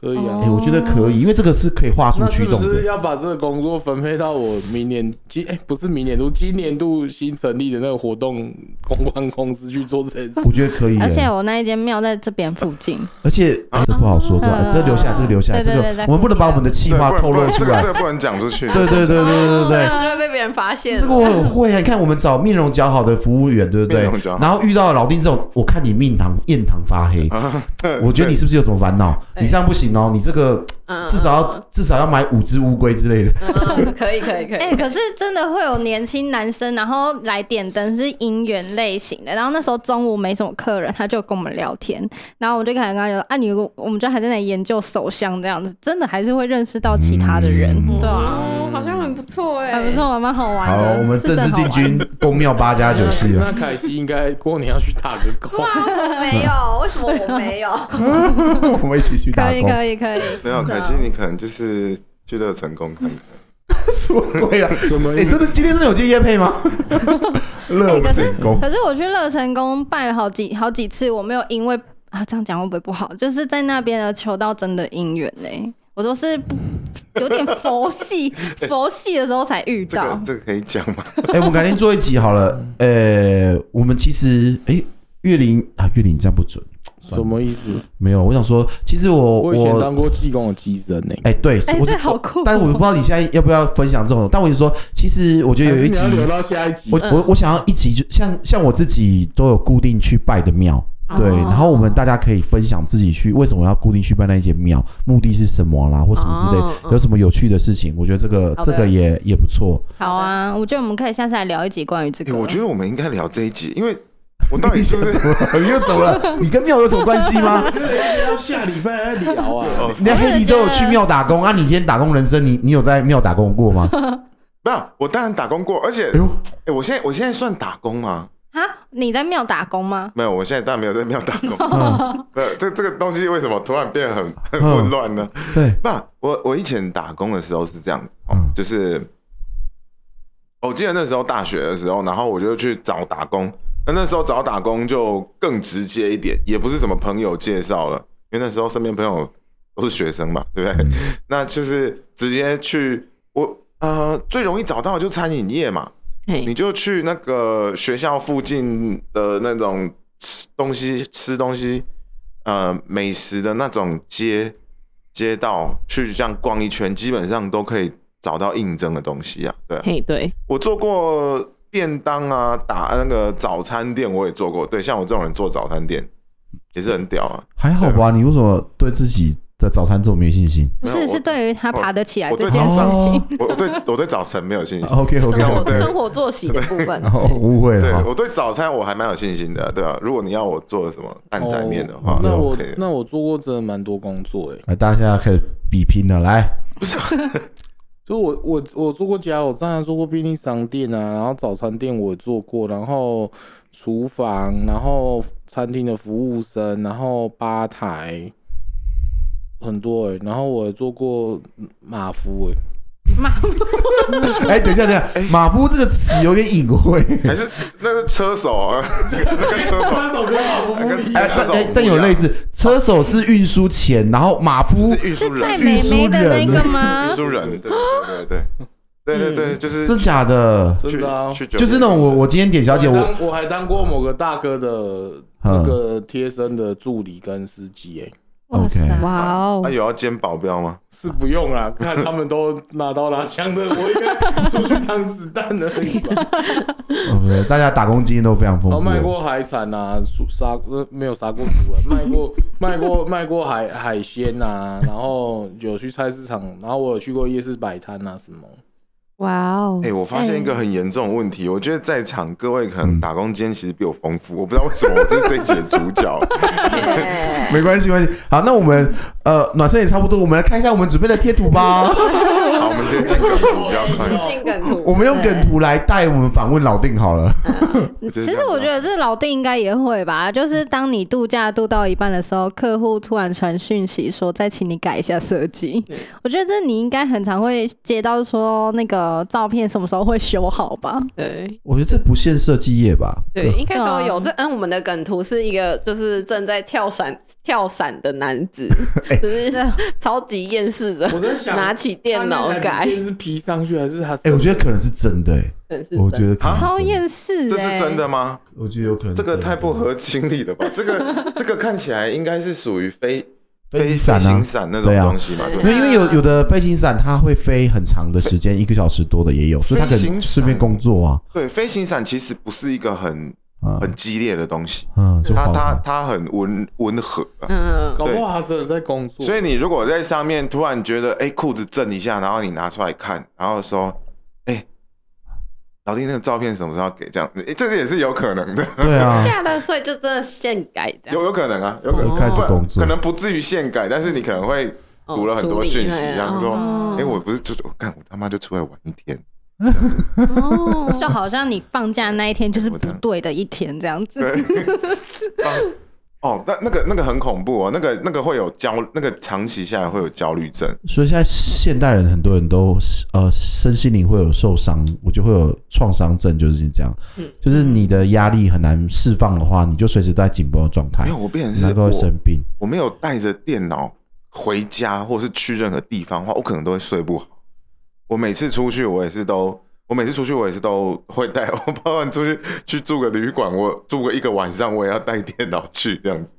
Speaker 3: 可以啊
Speaker 1: 哎、。我觉得可
Speaker 5: 哦
Speaker 1: 以，因为这个是可以画出
Speaker 3: 那
Speaker 1: 驱
Speaker 3: 是不
Speaker 1: 动
Speaker 3: 是
Speaker 1: 的。
Speaker 3: 要把这个工作分配到我明年今哎、不是明年度，今年度新成立的那个活动公关公司去做这件事？
Speaker 1: 我觉得可以、
Speaker 2: 而且
Speaker 1: 哎
Speaker 2: 我那一间庙在这边附近，
Speaker 1: 而且、
Speaker 5: 啊
Speaker 1: 哎这不好说，这、
Speaker 2: 嗯
Speaker 1: 这留下来，这个留下来，
Speaker 2: 对对对
Speaker 1: 这
Speaker 2: 在
Speaker 1: 个我们不能把我们的
Speaker 5: 对
Speaker 1: 计
Speaker 5: 不
Speaker 1: 划
Speaker 5: 能
Speaker 1: 透露
Speaker 5: 不能
Speaker 1: 出
Speaker 5: 这个
Speaker 1: 来
Speaker 5: 这。个不能讲出去。
Speaker 1: 对对对对对对对
Speaker 4: 这。样就会被别人发现了。
Speaker 1: 这个我很会啊！你看，我们找面容姣好的服务员，对不对
Speaker 5: 面容姣好？
Speaker 1: 然后遇到老丁这种，我看你命堂艳堂发黑，
Speaker 5: [LAUGHS] 啊，
Speaker 2: [LAUGHS]
Speaker 5: 对
Speaker 1: 我觉得你是不是有什么烦恼？
Speaker 4: 对
Speaker 1: 你这样不行哦，你这个
Speaker 4: 嗯
Speaker 1: 至少要至少要买五只乌龟之类的。
Speaker 4: 嗯可以可以可
Speaker 2: [LAUGHS]
Speaker 4: 以。
Speaker 2: 哎、可是真的会有年轻男生，然后来点灯是姻缘类型的，然后那时候中午没什么客人，他就跟我们聊天，然后我就开始跟他讲，啊，你我们就还在那里研究手相这样子，真的还是会认识到其他的人，对啊，
Speaker 4: 哦，好像很不错哎、
Speaker 2: 还啊不错，蛮好玩
Speaker 1: 嗯好
Speaker 2: 的。，
Speaker 1: 我们
Speaker 2: 是
Speaker 1: 正
Speaker 2: 真
Speaker 1: 式
Speaker 2: 好
Speaker 1: 进
Speaker 2: 玩
Speaker 1: 军宫庙八加九系啊
Speaker 2: [LAUGHS]
Speaker 1: 了。
Speaker 3: 那凯西应该过年要去打个工，
Speaker 4: 我没有，为什么我没有？
Speaker 1: 我们一起去打
Speaker 2: 可以
Speaker 1: 工， [LAUGHS]
Speaker 2: 可以可以，
Speaker 5: 没有，可惜
Speaker 2: 真的
Speaker 5: 你可能就是去乐成功看看。
Speaker 1: 什么鬼啊？
Speaker 3: 什么
Speaker 1: 哎，真的今天真的有接夜配
Speaker 2: [LAUGHS]
Speaker 1: 吗？乐成功，
Speaker 2: 可是我去乐成宫拜了好几好几次，我没有因为啊这样讲会不会不好？就是在那边的求到真的姻缘呢、我都是不有点佛
Speaker 5: [LAUGHS]
Speaker 2: 系，佛系的时候才遇
Speaker 5: 这个
Speaker 2: 到。
Speaker 5: 这个可以讲吗？
Speaker 1: 哎，我们改天做一集好了。呃，我们其实哎，月龄啊，月龄这样不准，
Speaker 3: 什么意思？
Speaker 1: 没有。我想说，其实我
Speaker 3: 我以前当过技工的机身呢、
Speaker 1: 哎，对，
Speaker 2: 哎、
Speaker 1: 我
Speaker 2: 这好酷、
Speaker 1: 但是我不知道你现在要不要分享这种，但我就说，其实我觉得有一集
Speaker 3: 还是你要，留到下一集。
Speaker 1: 我
Speaker 4: 嗯
Speaker 1: 我我想要一集，就像像我自己都有固定去拜的庙，
Speaker 4: 哦
Speaker 1: 对，然后我们大家可以分享自己去为什么要固定去拜那一间庙，目的是什么啦，或什么之类的
Speaker 4: 哦嗯
Speaker 1: 有什么有趣的事情，我觉得这个
Speaker 4: 好的
Speaker 1: 这个也也不 [LAUGHS] 错。
Speaker 2: 好啊，我觉得我们可以下次来聊一集关于这
Speaker 5: 哎
Speaker 2: 个。
Speaker 5: 我觉得我们应该聊这一集，因为我到底是
Speaker 1: [LAUGHS]
Speaker 5: 不是
Speaker 1: 你又走了，你跟庙有什么关系
Speaker 4: [LAUGHS]
Speaker 1: 吗？
Speaker 3: 要下礼拜再聊啊 [LAUGHS]
Speaker 5: 哦。
Speaker 1: 你看黑迪都有去庙打工啊，你今天打工人生，你你有在庙打工过吗？
Speaker 5: 没有？我当然打工过，而且
Speaker 1: [LAUGHS] 哎呦，
Speaker 5: 哎，我现在我现在算打工吗？
Speaker 2: 啊，你在庙打工吗？
Speaker 5: 没有，我现在当然没有在庙打工。
Speaker 1: [LAUGHS]
Speaker 4: [LAUGHS]
Speaker 1: 嗯，
Speaker 5: 没有，这这个东西为什么突然变得很很混乱呢？
Speaker 1: 对，
Speaker 5: 不，我我以前打工的时候是这样子，哦
Speaker 1: 嗯
Speaker 5: 就是我记得那时候大学的时候，然后我就去找打工。那那时候找打工就更直接一点，也不是什么朋友介绍了，因为那时候身边朋友都是学生嘛，对不对？ [LAUGHS] 那就是直接去我呃最容易找到的就餐饮业嘛，你就去那个学校附近的那种吃东西、吃东西，呃，美食的那种街街道去这样逛一圈，基本上都可以找到应征的东西啊。对啊
Speaker 4: 嘿，对，
Speaker 5: 我做过便当啊，打那个早餐店，我也做过。对，像我这种人做早餐店也是很屌啊。
Speaker 1: 还好吧？你为什么对自己的早餐这么没信心
Speaker 2: 不
Speaker 5: 没
Speaker 2: 是
Speaker 5: 有我
Speaker 2: 是对于他爬得起来
Speaker 5: 我
Speaker 2: 哎这
Speaker 5: 对
Speaker 2: 件事情，
Speaker 5: 我
Speaker 2: [LAUGHS]
Speaker 5: 我对我对早晨没有信心。
Speaker 1: ？OK
Speaker 4: 生
Speaker 1: OK，
Speaker 5: 像我
Speaker 4: 活
Speaker 5: 对
Speaker 4: 生活作息的部分，
Speaker 1: 哦，误会
Speaker 5: 对
Speaker 1: 了哈。
Speaker 5: 我对早餐我还蛮有信心的，对吧、如果你要我做什么蛋仔面的话
Speaker 3: 哦，那我
Speaker 5: OK
Speaker 3: 那我做过真的蛮多工作哎、
Speaker 1: 来，大家现在开始比拼了，来，
Speaker 3: 就我我我做过家，我当然做过便利商店啊，然后早餐店我也做过，然后厨房，然后餐厅的服务生，然后吧台，很多哎、然后我也做过马夫哎、
Speaker 1: [LAUGHS] 哎，等一下，等一下，马夫这个词有点隐晦，
Speaker 5: 还是那是车手啊， [LAUGHS] 跟车手
Speaker 3: 手跟马夫
Speaker 5: 不一样
Speaker 1: 哎，
Speaker 5: 车
Speaker 1: 但
Speaker 5: 手
Speaker 1: 但但有类似，车手是运输钱，然后马夫
Speaker 5: 是运输
Speaker 2: 是在
Speaker 5: 人，
Speaker 2: 美眉的那个吗
Speaker 5: [LAUGHS] 运？输人，对对对对对对对，就是
Speaker 1: 真假的，
Speaker 5: 去
Speaker 3: 真的啊。
Speaker 5: 去酒店
Speaker 1: 嗯就是那种我我今天点小姐，
Speaker 3: 我还
Speaker 1: 我
Speaker 3: 当我还当过某个大哥的那个贴身的助理跟司机哎、
Speaker 1: OK
Speaker 2: 哇塞，哇
Speaker 5: 啊
Speaker 2: 哦，
Speaker 5: 有要兼保镖吗？
Speaker 3: 是不用啦，看他们都拿刀拿枪的，我应该出去扛子弹而已吧。
Speaker 1: 呃大家打工经验都非常丰
Speaker 5: Oh
Speaker 3: 然后哦卖
Speaker 1: 富。
Speaker 3: 过海产啊，杀杀呃没有杀过猪啊，卖过 [LAUGHS] 卖过卖过海海鲜啊，然后有去菜市场，然后我有去过夜市摆摊啊什么。
Speaker 2: 哇哦
Speaker 5: 哎、，我发现一个很严重的问题，我觉得在场各位可
Speaker 1: 嗯
Speaker 5: 能打工经验其实比我丰富，我不知道为什么我是这一集的主 [LAUGHS] 角。
Speaker 4: 耶
Speaker 1: 没关系，没关系。好，那我们呃，暖身也差不多，我们来看一下我们准备的贴图
Speaker 5: [LAUGHS]
Speaker 1: 吧。
Speaker 5: 好，我们直接进梗图，不要
Speaker 4: 是
Speaker 5: 快。
Speaker 4: 进梗图，
Speaker 1: 我们用梗图来带我们访问老定好了。
Speaker 5: 其
Speaker 2: 其实我觉得这老弟应该也会吧，就是当你度假度到一半的时候，客户突然传讯息说再请你改一下设计
Speaker 4: 嗯。
Speaker 2: 我觉得这你应该很常会接到说那个照片什么时候会修好吧？
Speaker 4: 嗯对
Speaker 1: 我觉得这不限设计业吧？
Speaker 4: 对，应该都有。
Speaker 3: 啊
Speaker 2: 对
Speaker 4: 这嗯，我们的梗图是一个就是正在跳伞跳伞的男
Speaker 1: [LAUGHS]
Speaker 4: 子，
Speaker 1: 哎
Speaker 4: 就是 [LAUGHS] 超级厌世的，
Speaker 3: 我在想
Speaker 4: 拿起电脑改，
Speaker 3: 电是 P 上去还是他？
Speaker 1: 哎、我觉得可能是真的、哎，
Speaker 4: 真是
Speaker 1: 我觉得可能是真的
Speaker 2: 超，厌世、欸，
Speaker 5: 这是真的，吗？
Speaker 1: 我觉得有可能
Speaker 5: 这
Speaker 1: 是真的
Speaker 5: 个太不合情理了吧？这 [LAUGHS] 个这个看起来应该是属于飞
Speaker 1: 飞
Speaker 5: 飞
Speaker 1: 伞
Speaker 5: 行
Speaker 1: 啊。
Speaker 5: 伞那种
Speaker 1: 对啊
Speaker 5: 东西嘛，对
Speaker 1: 因为因为有有的飞行伞它会飞很长的时间，一个小时多的也有，所以它可
Speaker 5: 飞行
Speaker 1: 能
Speaker 5: 伞
Speaker 1: 顺便工作啊，
Speaker 5: 对，飞行伞其实不是一个很
Speaker 1: 啊
Speaker 5: 很啊激烈的东西，
Speaker 1: 嗯，就
Speaker 5: 它
Speaker 1: 好
Speaker 5: 它它很温温和啊、
Speaker 4: 嗯，
Speaker 3: 搞不好他真的在工作。
Speaker 5: 所
Speaker 3: 以
Speaker 5: 以你如果在上面突然觉得哎裤子震一下，然后你拿出来看，然后说哎、老弟那个照片什么时候要给这样子，哎、这个也是有可能的，
Speaker 1: 对啊，
Speaker 4: 假的，所以就真的现改
Speaker 5: [LAUGHS]
Speaker 4: 这
Speaker 5: 有
Speaker 4: 样，
Speaker 5: 有可能啊，有可能
Speaker 1: 就开始工作
Speaker 5: 可能不至于现改，但是你可能会
Speaker 4: 哦
Speaker 5: 读了很多讯息
Speaker 4: 处理
Speaker 5: 然后说
Speaker 4: 哦
Speaker 5: 哎、我不是就是我干我他妈就出来玩一 [LAUGHS] 天，
Speaker 4: 哦
Speaker 2: 就好像你放假那一天就是不对的一天这样子。
Speaker 5: 对，帮哦，那那个那个很恐怖哦，那个那个会有焦，那个长期下来会有焦虑症，
Speaker 1: 所以现在现代人很多人都呃身心灵会有受伤，我就会有创伤症，就是这样
Speaker 4: 嗯，
Speaker 1: 就是你的压力很难释放的话，你就随时都在紧绷的状态
Speaker 5: 没有，，我变成
Speaker 1: 你
Speaker 5: 是
Speaker 1: 才会
Speaker 5: 我
Speaker 1: 生病。
Speaker 5: 我没有带着电脑回家或是去任何地方的话，我可能都会睡不好。我每次出去，我也是都，我每次出去我也是都会带，我包括出去去住个旅馆，我住个一个晚上，我也要带电脑去这样子。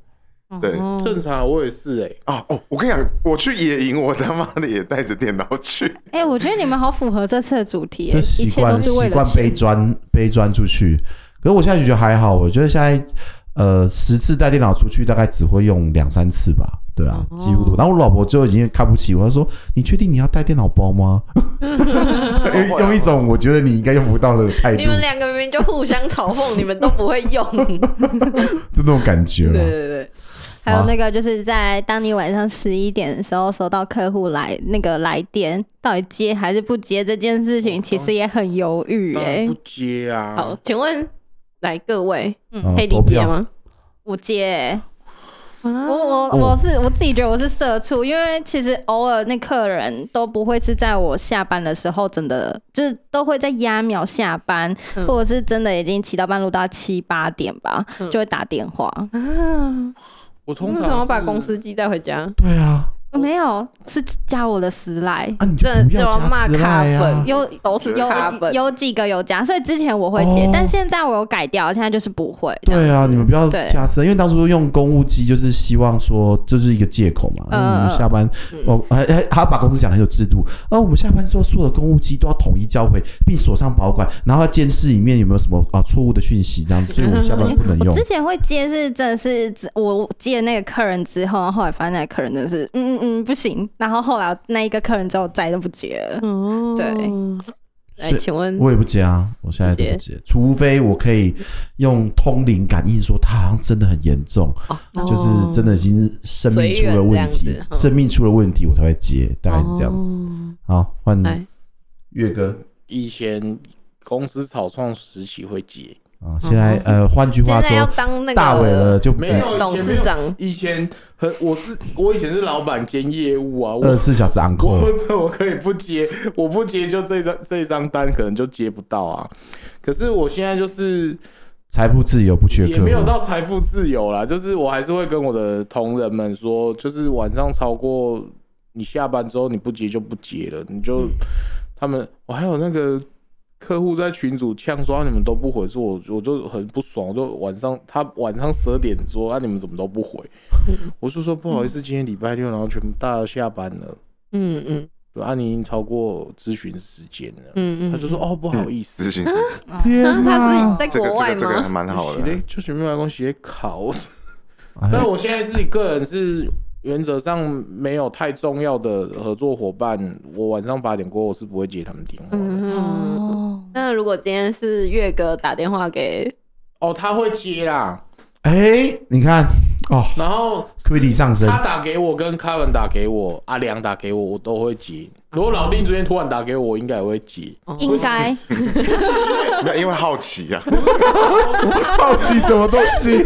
Speaker 4: 嗯
Speaker 5: 对
Speaker 4: 哦
Speaker 3: 正常，我也是哎、
Speaker 5: 啊哦，我跟你讲，我去野营，我他妈的也带着电脑
Speaker 4: [LAUGHS]
Speaker 5: 去。
Speaker 2: 哎、我觉得你们好符合这次的主题、
Speaker 1: 就
Speaker 2: 欸，
Speaker 1: 习
Speaker 2: 一切
Speaker 1: 惯
Speaker 2: 都是
Speaker 1: 习
Speaker 2: 为了
Speaker 1: 惯背
Speaker 2: 钱。
Speaker 1: 砖背砖出去。可是我现在就觉得还好，我觉得现在呃十次带电脑出去，大概只会用两三次吧。对啊，
Speaker 4: 哦
Speaker 1: 几乎都。然后我老婆就已经看不起我，她说：“你确定你要带电脑包吗？” [LAUGHS] 用用一种我觉得你应该用不到的态度
Speaker 4: 你，们两个明明就互相嘲讽，你们都不会
Speaker 1: [LAUGHS]
Speaker 4: 用，
Speaker 1: 就那种感觉
Speaker 4: 对
Speaker 1: 了。
Speaker 4: 对对，
Speaker 2: 还有那个，就是在当你晚上十一点的时候收到客户来那个来电，到底接还是不接这件事情，其实也很犹豫
Speaker 3: 当
Speaker 2: 哎、
Speaker 3: 然不接啊。
Speaker 4: 好，请问来各位
Speaker 1: 嗯
Speaker 4: 可以理
Speaker 1: 投
Speaker 4: 解
Speaker 1: 票
Speaker 4: 吗？
Speaker 2: 我接、
Speaker 4: 啊
Speaker 2: 欸，我
Speaker 4: 我
Speaker 2: 我
Speaker 1: 哦
Speaker 2: 我是我自己觉得我是社畜，因为其实偶尔那客人都不会是在我下班的时候，真的就是都会在压秒下班，
Speaker 4: 嗯
Speaker 2: 或者是真的已经骑到半路到七八点吧，
Speaker 4: 嗯
Speaker 2: 就会打电话。
Speaker 4: 啊，
Speaker 3: 我通
Speaker 4: 为
Speaker 3: 常
Speaker 4: 什么要把
Speaker 3: 是
Speaker 4: 公司机带回家？
Speaker 1: 对啊，
Speaker 2: 没有，是加我的时来。
Speaker 1: 啊，你就不
Speaker 4: 这
Speaker 1: 要
Speaker 4: 这要
Speaker 1: 加
Speaker 4: 骂
Speaker 1: 丝赖
Speaker 4: 卡
Speaker 1: 啊
Speaker 4: 粉！
Speaker 2: 有
Speaker 4: 都是
Speaker 2: 有
Speaker 4: 卡粉
Speaker 2: 有几个有加，所以之前我会解，
Speaker 1: 哦
Speaker 2: 但现在我有改掉，现在就是不会。这样
Speaker 1: 对啊，
Speaker 2: 子
Speaker 1: 你们不要
Speaker 2: 对
Speaker 1: 加丝，因为当初用公务机就是希望说这是一个借口嘛，
Speaker 2: 嗯
Speaker 1: 嗯、我们下班
Speaker 4: 嗯
Speaker 1: 哦，还还还把公司讲的很有制度，呃，我们下班之后所有的公务机都要统一交回，并锁上保管，然后要监视里面有没有什么啊错误的讯息这样子，所以我们下班不能
Speaker 2: 我
Speaker 1: 用
Speaker 2: 之。前会接是真的是只我接那个客人之后，然后后来发现那个客人真的是嗯嗯嗯不行，然后后来那一个客人之后再都不接了。
Speaker 4: 哦
Speaker 2: 对，
Speaker 4: 来，请问
Speaker 1: 我也不接啊，我现在都不
Speaker 4: 不
Speaker 1: 接，除非我可以用通灵感应说他好像真的很严重，就是真的已经生命出了问
Speaker 4: 哦随
Speaker 1: 题
Speaker 4: 缘这样，子
Speaker 1: 生命出了问题我才会接，大概是这样子。
Speaker 4: 子。
Speaker 1: 好，换
Speaker 4: 来，
Speaker 1: 月哥
Speaker 3: 以前公司草创时期会接，
Speaker 1: 啊，现在呃，换句话
Speaker 4: 嗯现在要
Speaker 1: 说，
Speaker 4: 当那
Speaker 1: 大伟
Speaker 4: 个
Speaker 1: 了就
Speaker 3: 没有
Speaker 4: 董事 [LAUGHS] 长，
Speaker 3: 以前很我是我以前是老板兼业务啊，
Speaker 1: 二
Speaker 3: 我
Speaker 1: 十四小时
Speaker 3: [LAUGHS]
Speaker 1: uncle
Speaker 3: 我怎么可以不接？我不接就这张这张单可能就接不到啊。可是我现在就是
Speaker 1: 财富自由不缺
Speaker 3: 也
Speaker 1: 客户
Speaker 3: 没有到财富自由啦，就是我还是会跟我的同仁们说，就是晚上超过你下班之后你不接就不接了，你就、他们我还有那个客户在群主呛说、啊、你们都不回，说我我就很不爽，我就晚上他晚上十二点说啊你们怎么都不回，我是说不好意思，今天礼拜六，然后全部大家下班了，
Speaker 4: 嗯嗯
Speaker 3: 对啊你已经超过咨询时间了，
Speaker 4: 嗯嗯，
Speaker 3: 他就说哦不好意思
Speaker 5: 自。信
Speaker 1: 天
Speaker 4: 嗯他
Speaker 1: 哪
Speaker 4: 是！在
Speaker 5: 这个
Speaker 4: 国
Speaker 5: 这
Speaker 4: 外
Speaker 5: 个这个还
Speaker 4: 吗？
Speaker 5: 蛮好的
Speaker 3: 洗，嘞就是没有关系，
Speaker 4: [LAUGHS]
Speaker 3: 考。
Speaker 1: 哎
Speaker 3: 但我现在自己个人是原则上没有太重要的合作伙伴，我晚上八点过后我是不会接他们电话的。
Speaker 4: 嗯，
Speaker 2: 哦，
Speaker 4: 那如果今天是月哥打电
Speaker 5: [LAUGHS]
Speaker 4: 话给，
Speaker 3: 哦，他会接啦，
Speaker 1: 哎，你看哦，
Speaker 3: 然后
Speaker 1: 推理上升，
Speaker 3: 他打给我，跟 c a r e n 打给我，阿良打给我，我都会接。如果老丁昨天突然打给我，我应该也会接。
Speaker 2: 应该
Speaker 5: 没有因为好奇啊，
Speaker 1: [LAUGHS] 好奇什么东
Speaker 4: [LAUGHS]
Speaker 1: 西？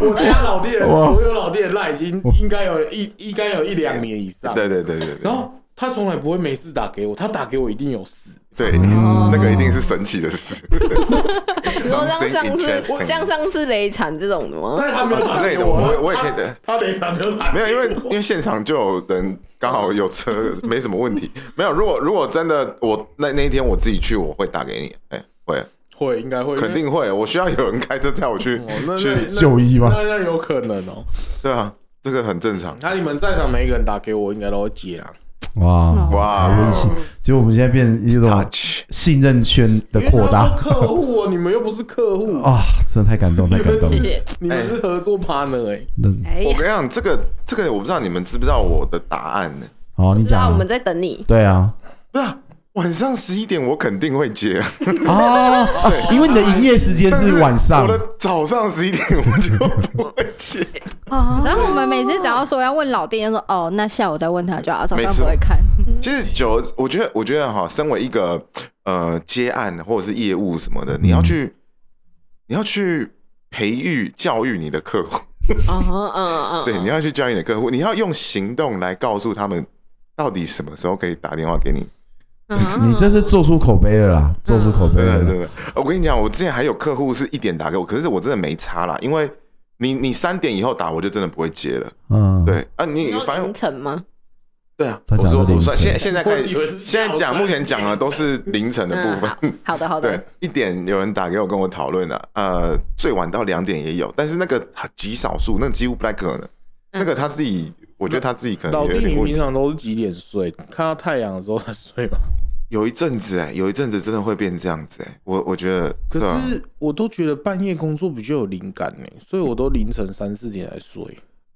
Speaker 3: 我家老店人，
Speaker 1: 哇
Speaker 3: 我有老店人赖已经应该有一应该有一两年以上。
Speaker 5: 对对对对对
Speaker 3: 然后他从来不会没事打给我，他打给我一定有事。
Speaker 5: 对，那个一定是神奇的
Speaker 4: [LAUGHS]
Speaker 5: 事， [LAUGHS]
Speaker 4: 你说像
Speaker 5: Something
Speaker 4: 上次
Speaker 5: interesting
Speaker 4: 像上次雷惨这种的吗？
Speaker 3: 但是他没有打
Speaker 5: 哦之类
Speaker 3: 给
Speaker 5: 的
Speaker 3: 我啊，
Speaker 5: 我我也可以的
Speaker 3: 他他雷惨没有打给
Speaker 5: 没
Speaker 3: 我，
Speaker 5: 有，因为因为现场就有人刚好有车，没什么问题。没有，如果如果真的我那那一天我自己去，我会打给你，哎、会
Speaker 3: 会应该会
Speaker 5: 肯。定会，我需要有人开车载我去
Speaker 3: 因为哦，那
Speaker 5: 去
Speaker 3: 那，那
Speaker 1: 就医吗
Speaker 3: 那那有可能哦。
Speaker 5: 对啊，这个很正常。
Speaker 3: 那你们在场每一个人打给我，应该都会接啦。
Speaker 1: 哇，
Speaker 5: 哇
Speaker 1: 好温馨！结果我们现在变成一种
Speaker 5: ，touch，
Speaker 1: 信任圈的扩
Speaker 3: 因为
Speaker 1: 大
Speaker 3: 他是客户哦，你们又不是客户，
Speaker 1: [LAUGHS] 啊，真的太感动，太感动
Speaker 4: 谢
Speaker 1: 了。
Speaker 4: 谢。
Speaker 5: 哎
Speaker 3: 你们是合作 partner 哎。
Speaker 1: 那
Speaker 4: 哎
Speaker 5: 我
Speaker 4: 呀
Speaker 5: 跟，你讲，这个这个我不知道你们知不知道我的答案呢？
Speaker 1: 好，你
Speaker 4: 知
Speaker 1: 讲
Speaker 4: 道我们
Speaker 1: 啊。
Speaker 4: 在等你，
Speaker 1: 对啊，
Speaker 5: 对啊，晚上十一点我肯定会接，啊
Speaker 1: 哦，啊因为你的营业时间
Speaker 5: 但
Speaker 1: 是晚上
Speaker 5: 我，的早上十一点我就不会接。
Speaker 2: 然后我们每次只要说要问老店，就说哦，那下午再问他就好，早
Speaker 5: 没
Speaker 2: 上
Speaker 5: 错
Speaker 2: 不会看。
Speaker 5: 其实久了，我觉得，我觉得哈，身为一个呃接案或者是业务什么的，你要去，
Speaker 1: 嗯
Speaker 5: 你要去培育、教育你的客户，
Speaker 4: 嗯嗯嗯，
Speaker 5: 对，你要去教育你的客户，你要用行动来告诉他们到底什么时候可以打电话给你。
Speaker 4: 要
Speaker 1: 你这是做出口碑了啦，做出口碑
Speaker 5: 真
Speaker 1: 了
Speaker 5: 的
Speaker 1: 啦。
Speaker 5: 真的，我跟你讲，我之前还有客户是一点打给我，可是我真的没差啦，因为你你三点以后打，我就真的不会接了。
Speaker 1: 嗯，，
Speaker 5: 对啊，你
Speaker 4: 你
Speaker 5: 反
Speaker 4: 凌
Speaker 5: 正
Speaker 4: 晨吗？
Speaker 5: 对啊，
Speaker 1: 他
Speaker 5: 我
Speaker 1: 讲
Speaker 5: 说
Speaker 1: 的
Speaker 5: 我
Speaker 1: 凌
Speaker 5: 算
Speaker 1: 晨
Speaker 5: 现现在开
Speaker 3: 我以为是
Speaker 5: 始，现在讲目前讲的都是凌晨的部分。
Speaker 4: 嗯，好好的好
Speaker 5: 对
Speaker 4: 的，，
Speaker 5: 一点有人打给我跟我讨论了，呃，最晚到两点也有，但是那个极少数，那个几乎不太可能。
Speaker 4: 嗯
Speaker 5: 那个他自己，我觉得他自己可能
Speaker 3: 老
Speaker 5: 也有
Speaker 3: 弟，
Speaker 5: 点
Speaker 3: 你
Speaker 5: 问
Speaker 3: 平
Speaker 5: 题。
Speaker 3: 常都是几点睡？看到太阳的时候才睡吗？
Speaker 5: 有一阵子哎、有一阵子真的会变这样子哎、我我觉得，
Speaker 3: 可
Speaker 5: 对啊
Speaker 3: 是我都觉得半夜工作比较有灵感呢，所以我都凌晨三四点才睡。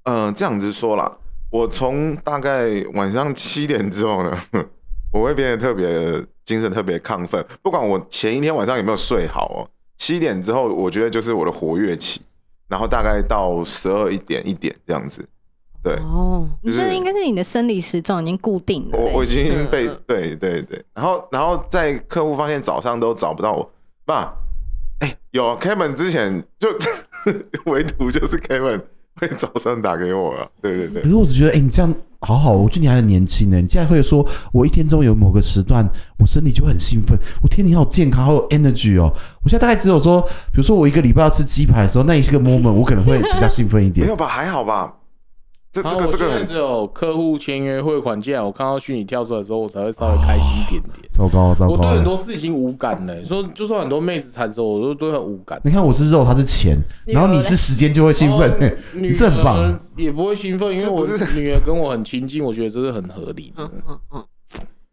Speaker 5: 呃，这样子说啦，我从大概晚上七点之后呢， [LAUGHS] 我会变得特别精神特别亢奋，不管我前一天晚上有没有睡好哦，七点之后我觉得就是我的活跃期，然后大概到十二一点一点这样子，对。
Speaker 4: 哦，
Speaker 2: 你
Speaker 5: 就
Speaker 2: 这
Speaker 5: 是
Speaker 2: 应该是你的生理时钟已经固定了。
Speaker 5: 我我已经被
Speaker 4: 嗯嗯
Speaker 5: 对对对，然后然后在客户发现早上都找不到我，爸，哎、有 Kevin 之前就 [LAUGHS] 唯独就是 Kevin 会早上打给我了，对对对
Speaker 1: 可，是我只觉得，哎、你这样好好，我觉得你还很年轻呢。你竟然会说，我一天中有某个时段，我身体就很兴奋，我天，你好健康，好有 energy 哦。我现在大概只有说，比如说我一个礼拜要吃鸡排的时候，那一个 moment 我可能会比较兴奋一
Speaker 5: 没
Speaker 1: 点。
Speaker 5: 有吧，还好吧， [LAUGHS] 这
Speaker 3: 然
Speaker 5: 这
Speaker 3: 后
Speaker 5: 个
Speaker 3: 啊我
Speaker 5: 这个
Speaker 3: 现在
Speaker 5: 很
Speaker 3: 只有客户签约汇款进来，我看到虚拟跳出来的时候，我才会稍微开心一点点。
Speaker 1: 糟糕糟
Speaker 3: 我对很
Speaker 1: 糕。
Speaker 3: 多事情无感嘞、说就算很多妹子缠着我，我都对她无感。
Speaker 1: 你看我是肉，他是钱，
Speaker 4: 女儿
Speaker 1: 然后你是时间就会兴奋。
Speaker 3: 然后
Speaker 4: 哦
Speaker 3: 女
Speaker 1: 你这很棒
Speaker 3: 儿也不会兴奋，因为我女儿跟我很亲近，我觉得这是很合理的
Speaker 4: 嗯。嗯嗯，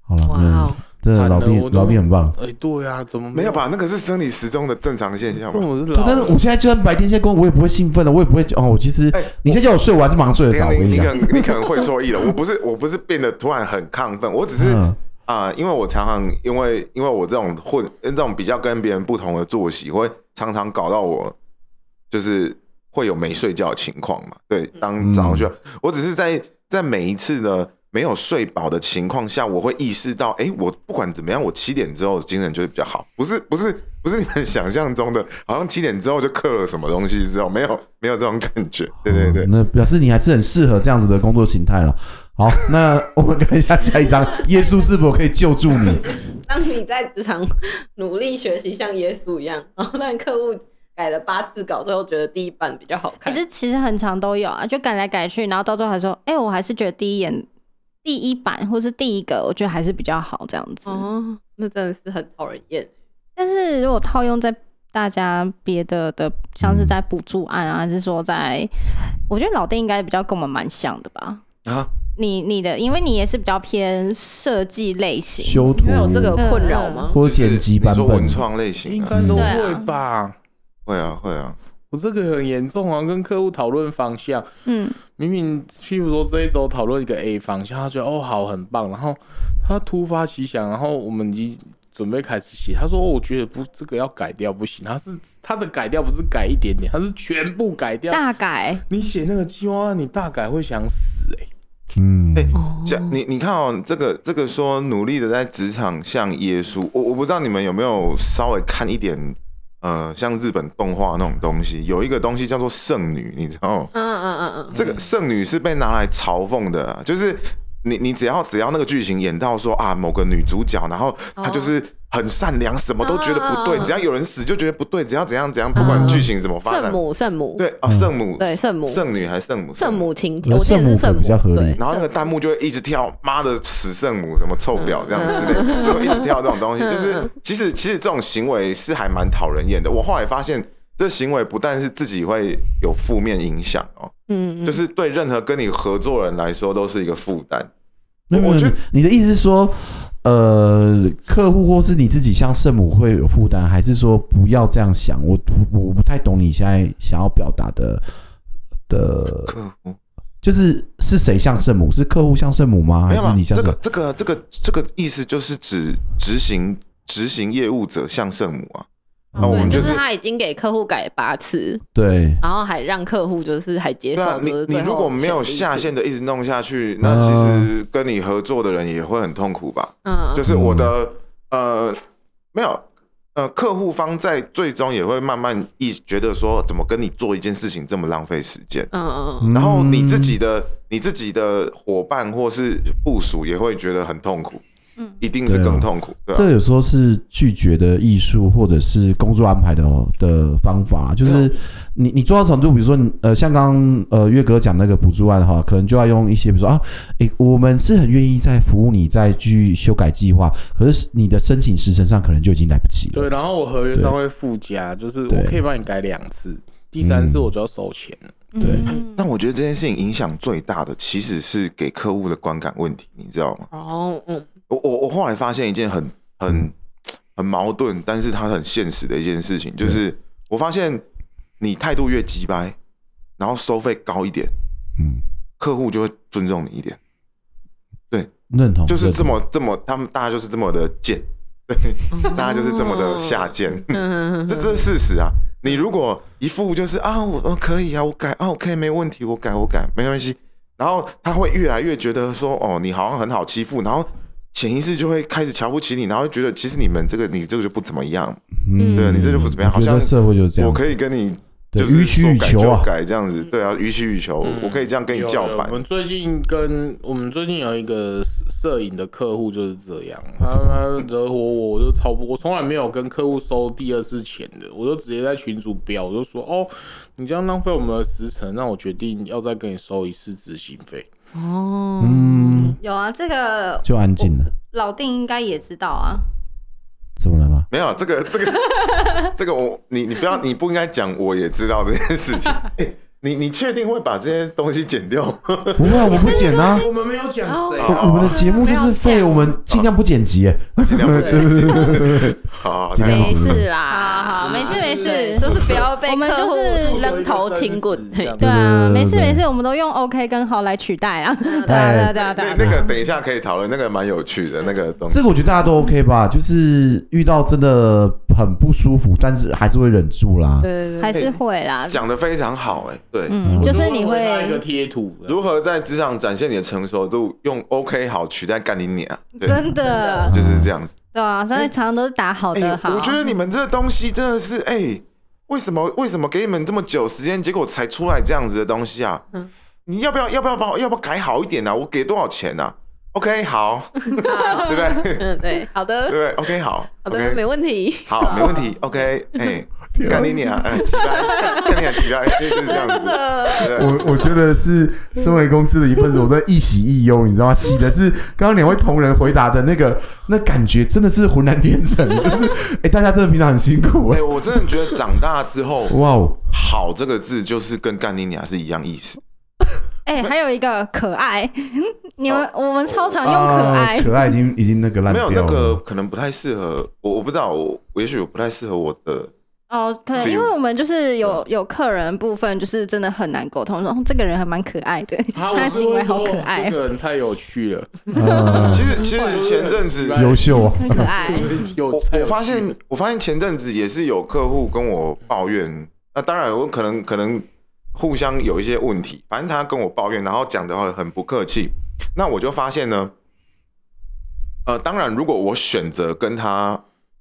Speaker 1: 好了，
Speaker 4: 哇
Speaker 1: 嗯
Speaker 4: 哦，
Speaker 1: 真的
Speaker 3: 惨
Speaker 1: 老
Speaker 3: 了
Speaker 1: 弟
Speaker 3: 我都
Speaker 1: 老弟很棒。
Speaker 3: 哎、对啊，怎么
Speaker 5: 没有？吧？那个是生理时钟的正常现象
Speaker 3: 这
Speaker 5: 吧？
Speaker 3: 我是
Speaker 1: 对
Speaker 3: 老，
Speaker 1: 但是我现在就算白天现在工作，我也不会兴奋了，我也不会哦。我其实
Speaker 5: 哎
Speaker 1: 你现在叫我睡，我还是马上睡得
Speaker 5: 等一
Speaker 1: 着。
Speaker 5: 下
Speaker 1: 我跟讲嗯
Speaker 5: 你你可，能你可能会错意了，我不是我不是变得突然很亢奋，我只是
Speaker 1: 嗯
Speaker 5: 啊、因为我常常因为因为我这种混呃这种比较跟别人不同的作息，会常常搞到我就是会有没睡觉的情况嘛。对，
Speaker 3: 嗯
Speaker 5: 当早
Speaker 1: 嗯
Speaker 5: 上去，我只是在在每一次的没有睡饱的情况下，我会意识到，哎、我不管怎么样，我七点之后精神就是比较好，不是不是不是你们想象中的，好像七点之后就刻了什么东西之后，没有没有这种感觉。对对对
Speaker 1: 哦，那表示你还是很适合这样子的工作形态了。
Speaker 5: [LAUGHS]
Speaker 1: 好，那我们看一下下一章，耶稣是否可以救助你？
Speaker 4: 当你在职场努力学习像耶稣一样， [LAUGHS] 然后让客户改了八次稿，最后觉得第一版比较好
Speaker 2: 可
Speaker 4: 看。
Speaker 2: 是其实很长都有啊，就改来改去，然后到最后还说，哎、我还是觉得第一眼、第一版或是第一个，我觉得还是比较好这样子。
Speaker 4: 哦，那真的是很讨人厌。
Speaker 2: 但是如果套用在大家别的的，像是在补助案啊，还是说在，我觉得老爹应该比较跟我们蛮像的吧？
Speaker 5: 啊，
Speaker 2: 你你的，因为你也是比较偏设计类型，
Speaker 1: 修
Speaker 5: 嗯
Speaker 1: 图
Speaker 4: 你会有这个困扰吗？
Speaker 1: 或剪辑版
Speaker 5: 就是你说
Speaker 1: 本
Speaker 5: 文，创类型、
Speaker 3: 应
Speaker 5: 啊，
Speaker 3: 该都
Speaker 2: 嗯对
Speaker 3: 会
Speaker 2: 啊
Speaker 3: 吧？
Speaker 5: 会啊会啊，
Speaker 3: 我这个很严重啊，跟客户讨论方向，
Speaker 2: 嗯，
Speaker 3: 明明譬如说这一周讨论一个 A 方向，他觉得哦好很棒，然后他突发奇想，然后我们已经准备开始写，他说哦我觉得不这个要改掉不行，他是他的改掉不是改一点点，他是全部改掉。
Speaker 2: 大改
Speaker 3: 你写那个计划案，你大概会想死哎、
Speaker 1: 嗯，
Speaker 5: 讲你你看哦，这个这个说努力的在职场像耶稣，我我不知道你们有没有稍微看一点，呃，像日本动画那种东西，有一个东西叫做圣女，你知道吗？
Speaker 4: 嗯嗯嗯嗯，
Speaker 5: 这个剩女是被拿来嘲讽的、啊，就是你你只要只要那个剧情演到说啊某个女主角，然后她就是很善良，什么都觉得不对，
Speaker 4: 哦
Speaker 5: 只要有人死就觉得不对，只要怎样怎样，不管剧情怎么发展
Speaker 4: 啊圣，母圣母
Speaker 5: 对啊，圣母
Speaker 4: 对圣母
Speaker 5: 圣女还是圣母
Speaker 4: 圣母情
Speaker 1: 我
Speaker 4: 节，
Speaker 1: 觉
Speaker 4: 我
Speaker 1: 得
Speaker 4: 记得是
Speaker 1: 圣母可能
Speaker 4: 圣母
Speaker 1: 比较合理
Speaker 4: 对
Speaker 5: 然后那个弹幕就会一直跳“妈的死圣母”什么臭婊这样之类的，就会一直跳这种东西。
Speaker 4: 嗯
Speaker 5: 就是其实其实这种行为是还蛮讨人厌的。我后来发现，这行为不但是自己会有负面影响哦，
Speaker 4: 嗯嗯，
Speaker 5: 就是对任何跟你合作人来说都是一个负担。
Speaker 1: 没有没有
Speaker 5: 我觉得，
Speaker 1: 你的意思是说，呃，客户或是你自己像圣母会有负担，还是说不要这样想？我我我不太懂你现在想要表达的的，
Speaker 5: 客户
Speaker 1: 就是是谁像圣母？是客户像圣母吗？
Speaker 5: 没
Speaker 1: 还
Speaker 5: 有
Speaker 1: 是
Speaker 5: 嘛
Speaker 1: 你像
Speaker 5: 这
Speaker 1: 圣母
Speaker 5: 个？这个这个这个意思就是指执行执行业务者像圣母啊。那我
Speaker 4: 对，
Speaker 5: 们
Speaker 4: 就是是他已经给客户改八次，
Speaker 1: 对，
Speaker 4: 然后还让客户就是还接
Speaker 5: 对啊
Speaker 4: 受，，
Speaker 5: 你
Speaker 4: 就是
Speaker 5: 你
Speaker 4: 最后
Speaker 5: 如果没有
Speaker 4: 选第一
Speaker 5: 下
Speaker 4: 次
Speaker 5: 线，的一直弄下
Speaker 1: 嗯
Speaker 5: 去，那其实跟你合作的人也会很痛苦吧？
Speaker 4: 嗯，
Speaker 5: 就是我的呃没有呃客户方在最终也会慢慢意觉得说怎么跟你做一件事情这么浪费时间，
Speaker 4: 嗯嗯嗯，
Speaker 5: 然后你自己的你自己的伙伴或是部属也会觉得很痛苦，
Speaker 2: 嗯，
Speaker 5: 一定是
Speaker 1: 对啊
Speaker 5: 更痛苦，对吧、
Speaker 1: 这有时候是拒绝的艺术，或者是工作安排的哦的方法，啊就是你你做到程度，比如说你呃，像刚刚呃月哥讲那个补助案哈，可能就要用一些比如说啊，诶，我们是很愿意在服务你，再去修改计划，可是你的申请时程上可能就已经来不及了。
Speaker 3: 对，然后我合约上会附加，就是
Speaker 1: 对
Speaker 3: 我可以帮你改两次，第三次我就要收钱了。
Speaker 1: 对
Speaker 2: 嗯
Speaker 5: 但我觉得这件事情影响最大的其实是给客户的观感问题，你知道吗？
Speaker 4: 哦嗯
Speaker 5: 我我我后来发现一件很很很矛盾，但是它很现实的一件事情，就是我发现你态度越鸡掰，然后收费高一点，
Speaker 1: 嗯，
Speaker 5: 客户就会尊重你一点，
Speaker 1: 认同
Speaker 5: 就是
Speaker 1: 认同
Speaker 5: 这么这么，他们大家就是这么的贱，对，大家就是这么的下贱，
Speaker 4: 嗯，
Speaker 5: 这这是事实啊。你如果一副就是啊，我我可以啊，我改啊，OK，没问题，我改我改，没关系。然后他会越来越觉得说，哦，你好像很好欺负，然后潜意识就会开始瞧不起你，然后觉得其实你们这个你这个就不怎么样，
Speaker 1: 嗯
Speaker 5: 对你这就不怎么样，好
Speaker 1: 我觉
Speaker 5: 像
Speaker 1: 得社会就是这样
Speaker 5: 我
Speaker 1: 子，
Speaker 5: 可以跟你
Speaker 1: 对
Speaker 5: 就是
Speaker 1: 予取
Speaker 5: 说
Speaker 1: 予
Speaker 5: 改
Speaker 1: 求
Speaker 5: 就
Speaker 1: 啊
Speaker 5: 改这样子，对啊，予取予求，
Speaker 3: 嗯
Speaker 5: 我可以这样跟你叫
Speaker 3: 有有
Speaker 5: 板
Speaker 3: 我，们最近跟我们最近有一个社摄影的客户就是这样，他他惹火我，我就超不，我从来没有跟客户收第二次钱的，我就直接在群主标，我就说哦，你这样浪费我们的时辰，让我决定要再跟你收一次执行费。
Speaker 2: 哦，
Speaker 1: 嗯，
Speaker 2: 有啊，这个
Speaker 1: 就安静了，
Speaker 2: 老定应该也知道啊。
Speaker 1: 怎么了吗？
Speaker 5: 没有啊这个
Speaker 3: [LAUGHS]
Speaker 5: 这个这个我你你不要你不应该讲，我也知道这件事情。 [LAUGHS] 哎你你确定会把这些东西剪掉吗？
Speaker 1: [LAUGHS] 不会，啊，我不剪啊。
Speaker 3: 我们没有讲谁
Speaker 5: 哦
Speaker 1: 我我们的节目就是废，我们尽量不剪辑。哎
Speaker 5: 尽量不
Speaker 1: [LAUGHS]
Speaker 5: 剪。好，
Speaker 1: 尽量
Speaker 5: 那
Speaker 1: 不
Speaker 4: 没
Speaker 1: 剪
Speaker 4: 事
Speaker 2: 好
Speaker 4: 啦，
Speaker 2: 好
Speaker 4: 好
Speaker 2: 没事没事
Speaker 4: 就是不要被
Speaker 2: 我们
Speaker 4: 客户
Speaker 2: 就是
Speaker 4: 扔头轻滚。嘿
Speaker 1: 对
Speaker 2: 对
Speaker 1: 对对
Speaker 2: 啊，没事
Speaker 1: 对
Speaker 2: 没事，我们都用 OK 跟好来取代啊。 [LAUGHS] 对啊对啊对啊对
Speaker 5: 那
Speaker 2: 啊对
Speaker 5: 那
Speaker 2: 啊。
Speaker 5: 个等一下可以讨论，那个蛮有趣的那个东西。
Speaker 1: 这个我觉得大家都 OK 吧，就是遇到真的很不舒服，但是还是会忍住啦。
Speaker 4: 对
Speaker 2: 还是会啦，
Speaker 5: 讲的非常好，哎，对，
Speaker 2: 嗯，就是你
Speaker 3: 我就回他一个
Speaker 2: 会
Speaker 3: 贴图，
Speaker 5: 如何在职场展现你的成熟度，用 OK 好取代干你娘，对，
Speaker 2: 真的
Speaker 5: 就是这样子。
Speaker 2: 对啊，所以常常都是打好
Speaker 5: 哎、
Speaker 2: 的好。
Speaker 5: 我觉得你们这东西真的是，哎、为什么为什么给你们这么久时间，结果才出来这样子的东西啊？
Speaker 4: 嗯
Speaker 5: 你要不要要不要把我要不要改好一点啊？我给多少钱啊？OK，好，对不对？
Speaker 4: 嗯对，好
Speaker 5: 对不
Speaker 4: 的
Speaker 5: 对？OK，好
Speaker 4: 好的，没
Speaker 5: ，OK，
Speaker 4: 问题。
Speaker 5: 好，没问题，OK，哎、干你娘，哎、起来，干你娘，起来，就是这样子。对不对
Speaker 1: 我我觉得是身为公司的一份子，我在一喜一忧，你知道吗？喜的是刚刚两位同仁回答的那个那感觉，真的是浑然天
Speaker 2: [LAUGHS]
Speaker 1: 成，就是哎、大家真的平常很辛苦
Speaker 5: 哎、
Speaker 1: 哎、
Speaker 5: 我真的觉得长大之后，
Speaker 1: 哇哦，
Speaker 5: “好”这个字就是跟干你娘是一样意思。
Speaker 2: 哎，还有一个可爱， [LAUGHS] 你们我们超常用可爱
Speaker 1: 啊，可爱已经已经那个 [LAUGHS] 烂
Speaker 5: 没
Speaker 1: 掉
Speaker 5: 有
Speaker 1: 了，
Speaker 5: 那个可能不太适合我，我不知道，我我也许我不太适合我的。
Speaker 2: 哦，可能
Speaker 5: Feel
Speaker 2: 因为我们就是有
Speaker 1: 嗯
Speaker 2: 有客人部分，就是真的很难沟通，说哦这个人还蛮可爱的，
Speaker 3: 啊
Speaker 2: 他
Speaker 3: 我
Speaker 2: 的
Speaker 3: 是
Speaker 2: 行
Speaker 3: 会
Speaker 2: 为好
Speaker 3: 说
Speaker 2: 可爱
Speaker 3: 这，个人太有趣了，
Speaker 1: 呃
Speaker 5: 其实其实前阵子
Speaker 3: 嗯
Speaker 1: 优秀啊，
Speaker 2: 很可爱。
Speaker 3: 有
Speaker 5: 我
Speaker 3: 太有
Speaker 5: 我发
Speaker 3: 趣了
Speaker 5: 现我发现前阵子也是有客户跟我抱怨，那当然我可能可能互相有一些问题，反正他跟我抱怨，然后讲的话很不客气，那我就发现呢，呃，当然如果我选择跟他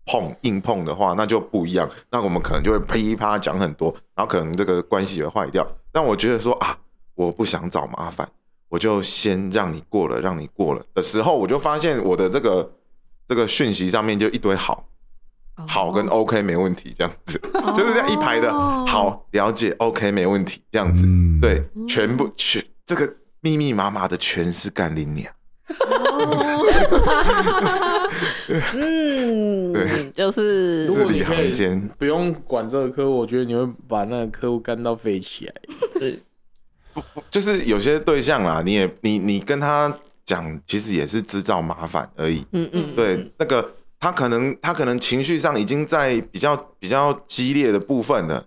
Speaker 5: 碰硬碰的话，那就不一样，那我们可能就会噼啪讲很多，然后可能这个关系也会坏掉。但我觉得说啊，我不想找麻烦，我就先让你过了，让你过了的时候，我就发现我的这个这个讯息上面就一堆好，
Speaker 3: 哦
Speaker 5: 好跟 OK 没问题这样子，就是这样一排的
Speaker 2: 哦
Speaker 5: 好了解 OK 没问题这样子，
Speaker 1: 嗯
Speaker 5: 对，全部全这个密密麻麻的全是干林鸟，对
Speaker 4: 嗯，就是
Speaker 3: 如果
Speaker 5: 字
Speaker 3: 你
Speaker 5: 里
Speaker 3: 可
Speaker 5: 行
Speaker 3: 以
Speaker 5: 间。
Speaker 3: 不用管这个客户，我觉得你会把那个客户干到飞起来。
Speaker 5: 就是有些对象啦，你也你你跟他讲，其实也是制造麻烦而已。
Speaker 4: 嗯嗯，
Speaker 5: 对，那个他可能他可能情绪上已经在比较比较激烈的部分了，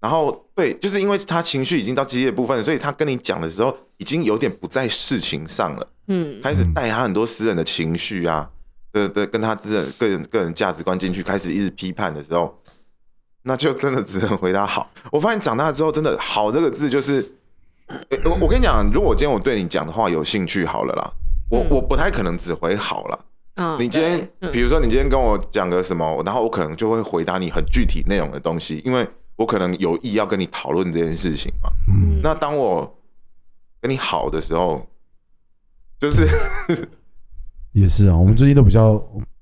Speaker 5: 然后对，就是因为他情绪已经到激烈的部分，所以他跟你讲的时候已经有点不在事情上了，
Speaker 4: 嗯
Speaker 5: 开始带他很多私人的情绪啊，的的跟他私人个人个人价值观进去，开始一直批判的时候，那就真的只能回答好。我发现长大之后，真的“好”这个字就是，诶我我跟你讲，如果今天我对你讲的话有兴趣好了啦，我
Speaker 4: 嗯
Speaker 5: 我不太可能只回好了。
Speaker 4: 嗯，
Speaker 5: 你今天，
Speaker 4: 对
Speaker 5: 比如说你今天跟我讲个什么，然后我可能就会回答你很具体内容的东西，因为我可能有意要跟你讨论这件事情嘛。
Speaker 4: 嗯
Speaker 5: 那当我跟你好的时候，就是
Speaker 4: [LAUGHS]
Speaker 1: 也是啊，我们最近都比较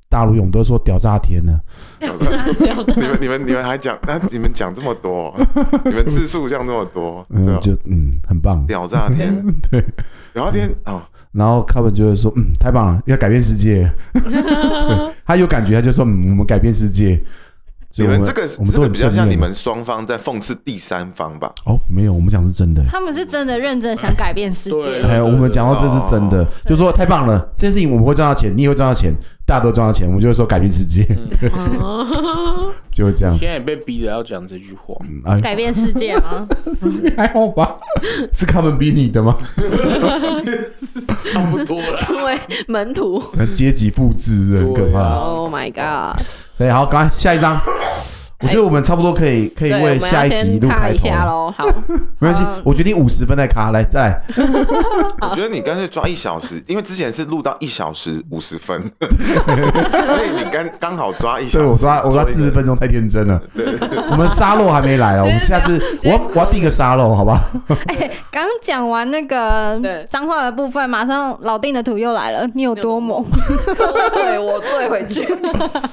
Speaker 1: 大陆用，我们都说屌炸天呢、
Speaker 5: 你们你们你们还讲，那你们讲这么
Speaker 4: [LAUGHS]
Speaker 5: 多，你们字数讲这么多，对
Speaker 1: 嗯，
Speaker 5: 啊吧？
Speaker 1: 就嗯很棒，
Speaker 5: 屌炸 [LAUGHS] 天，
Speaker 1: 对。
Speaker 5: 聊天啊，
Speaker 1: 然后他们就会说，嗯，太棒了，要改变世
Speaker 4: [LAUGHS]
Speaker 1: 界。对他有感觉，他就说，嗯，我们改变世界。所
Speaker 5: 你
Speaker 1: 以我
Speaker 5: 们这个
Speaker 1: 我们
Speaker 5: 这
Speaker 1: 都
Speaker 5: 个
Speaker 1: 很
Speaker 5: 比较
Speaker 1: 正
Speaker 5: 像
Speaker 1: 面
Speaker 5: 你们双方在讽刺第三方吧？
Speaker 1: 哦，没有，我们讲是真的。
Speaker 2: 他们是真的认真想改变世
Speaker 3: 对
Speaker 2: 界，
Speaker 1: 哎，我们讲到这是真的
Speaker 5: 哦，
Speaker 1: 就说太棒了，这件事情我们会赚到钱，你也会赚到钱，大家都赚到钱，我们就会说改变世界，
Speaker 4: 嗯
Speaker 1: [LAUGHS]
Speaker 4: 哦
Speaker 1: 就会这样子。
Speaker 3: 现在也被逼着要讲这句话。
Speaker 1: 嗯哎，
Speaker 2: 改变世界吗？
Speaker 1: 还好吧？是他们逼你的吗？
Speaker 3: 差不多了。
Speaker 4: [LAUGHS] 因为门徒
Speaker 1: 阶级复制是很可
Speaker 3: 对
Speaker 1: 怕
Speaker 3: 啊。
Speaker 4: ，Oh my God，
Speaker 1: 对，好，赶快下一张。我觉得我们差不多可以可以
Speaker 4: 对，我
Speaker 1: 为
Speaker 4: 们
Speaker 1: 下
Speaker 4: 要
Speaker 1: 一集一
Speaker 4: 先
Speaker 1: 路
Speaker 4: 看
Speaker 1: 开
Speaker 4: 一
Speaker 1: 头
Speaker 4: 下
Speaker 1: 了，
Speaker 4: [LAUGHS] 喽，好，
Speaker 1: 没关系
Speaker 2: 嗯，
Speaker 1: 我决定五十分再卡，来再来。
Speaker 5: 我觉得你干脆抓一小时，因为之前是录到一小时五十分， [LAUGHS] 所以你刚刚好抓一小时。
Speaker 1: 对我抓我抓
Speaker 5: 做一
Speaker 1: 四
Speaker 5: 个
Speaker 1: 十分钟太天真了。
Speaker 5: 对，
Speaker 1: 我们沙漏还没来哦，我们下次我要我要订个沙漏，好不好？
Speaker 2: 哎刚讲完那
Speaker 4: 对
Speaker 2: 个脏话的部分，马上老丁的图又来了，你有多猛？
Speaker 4: 对我对回去，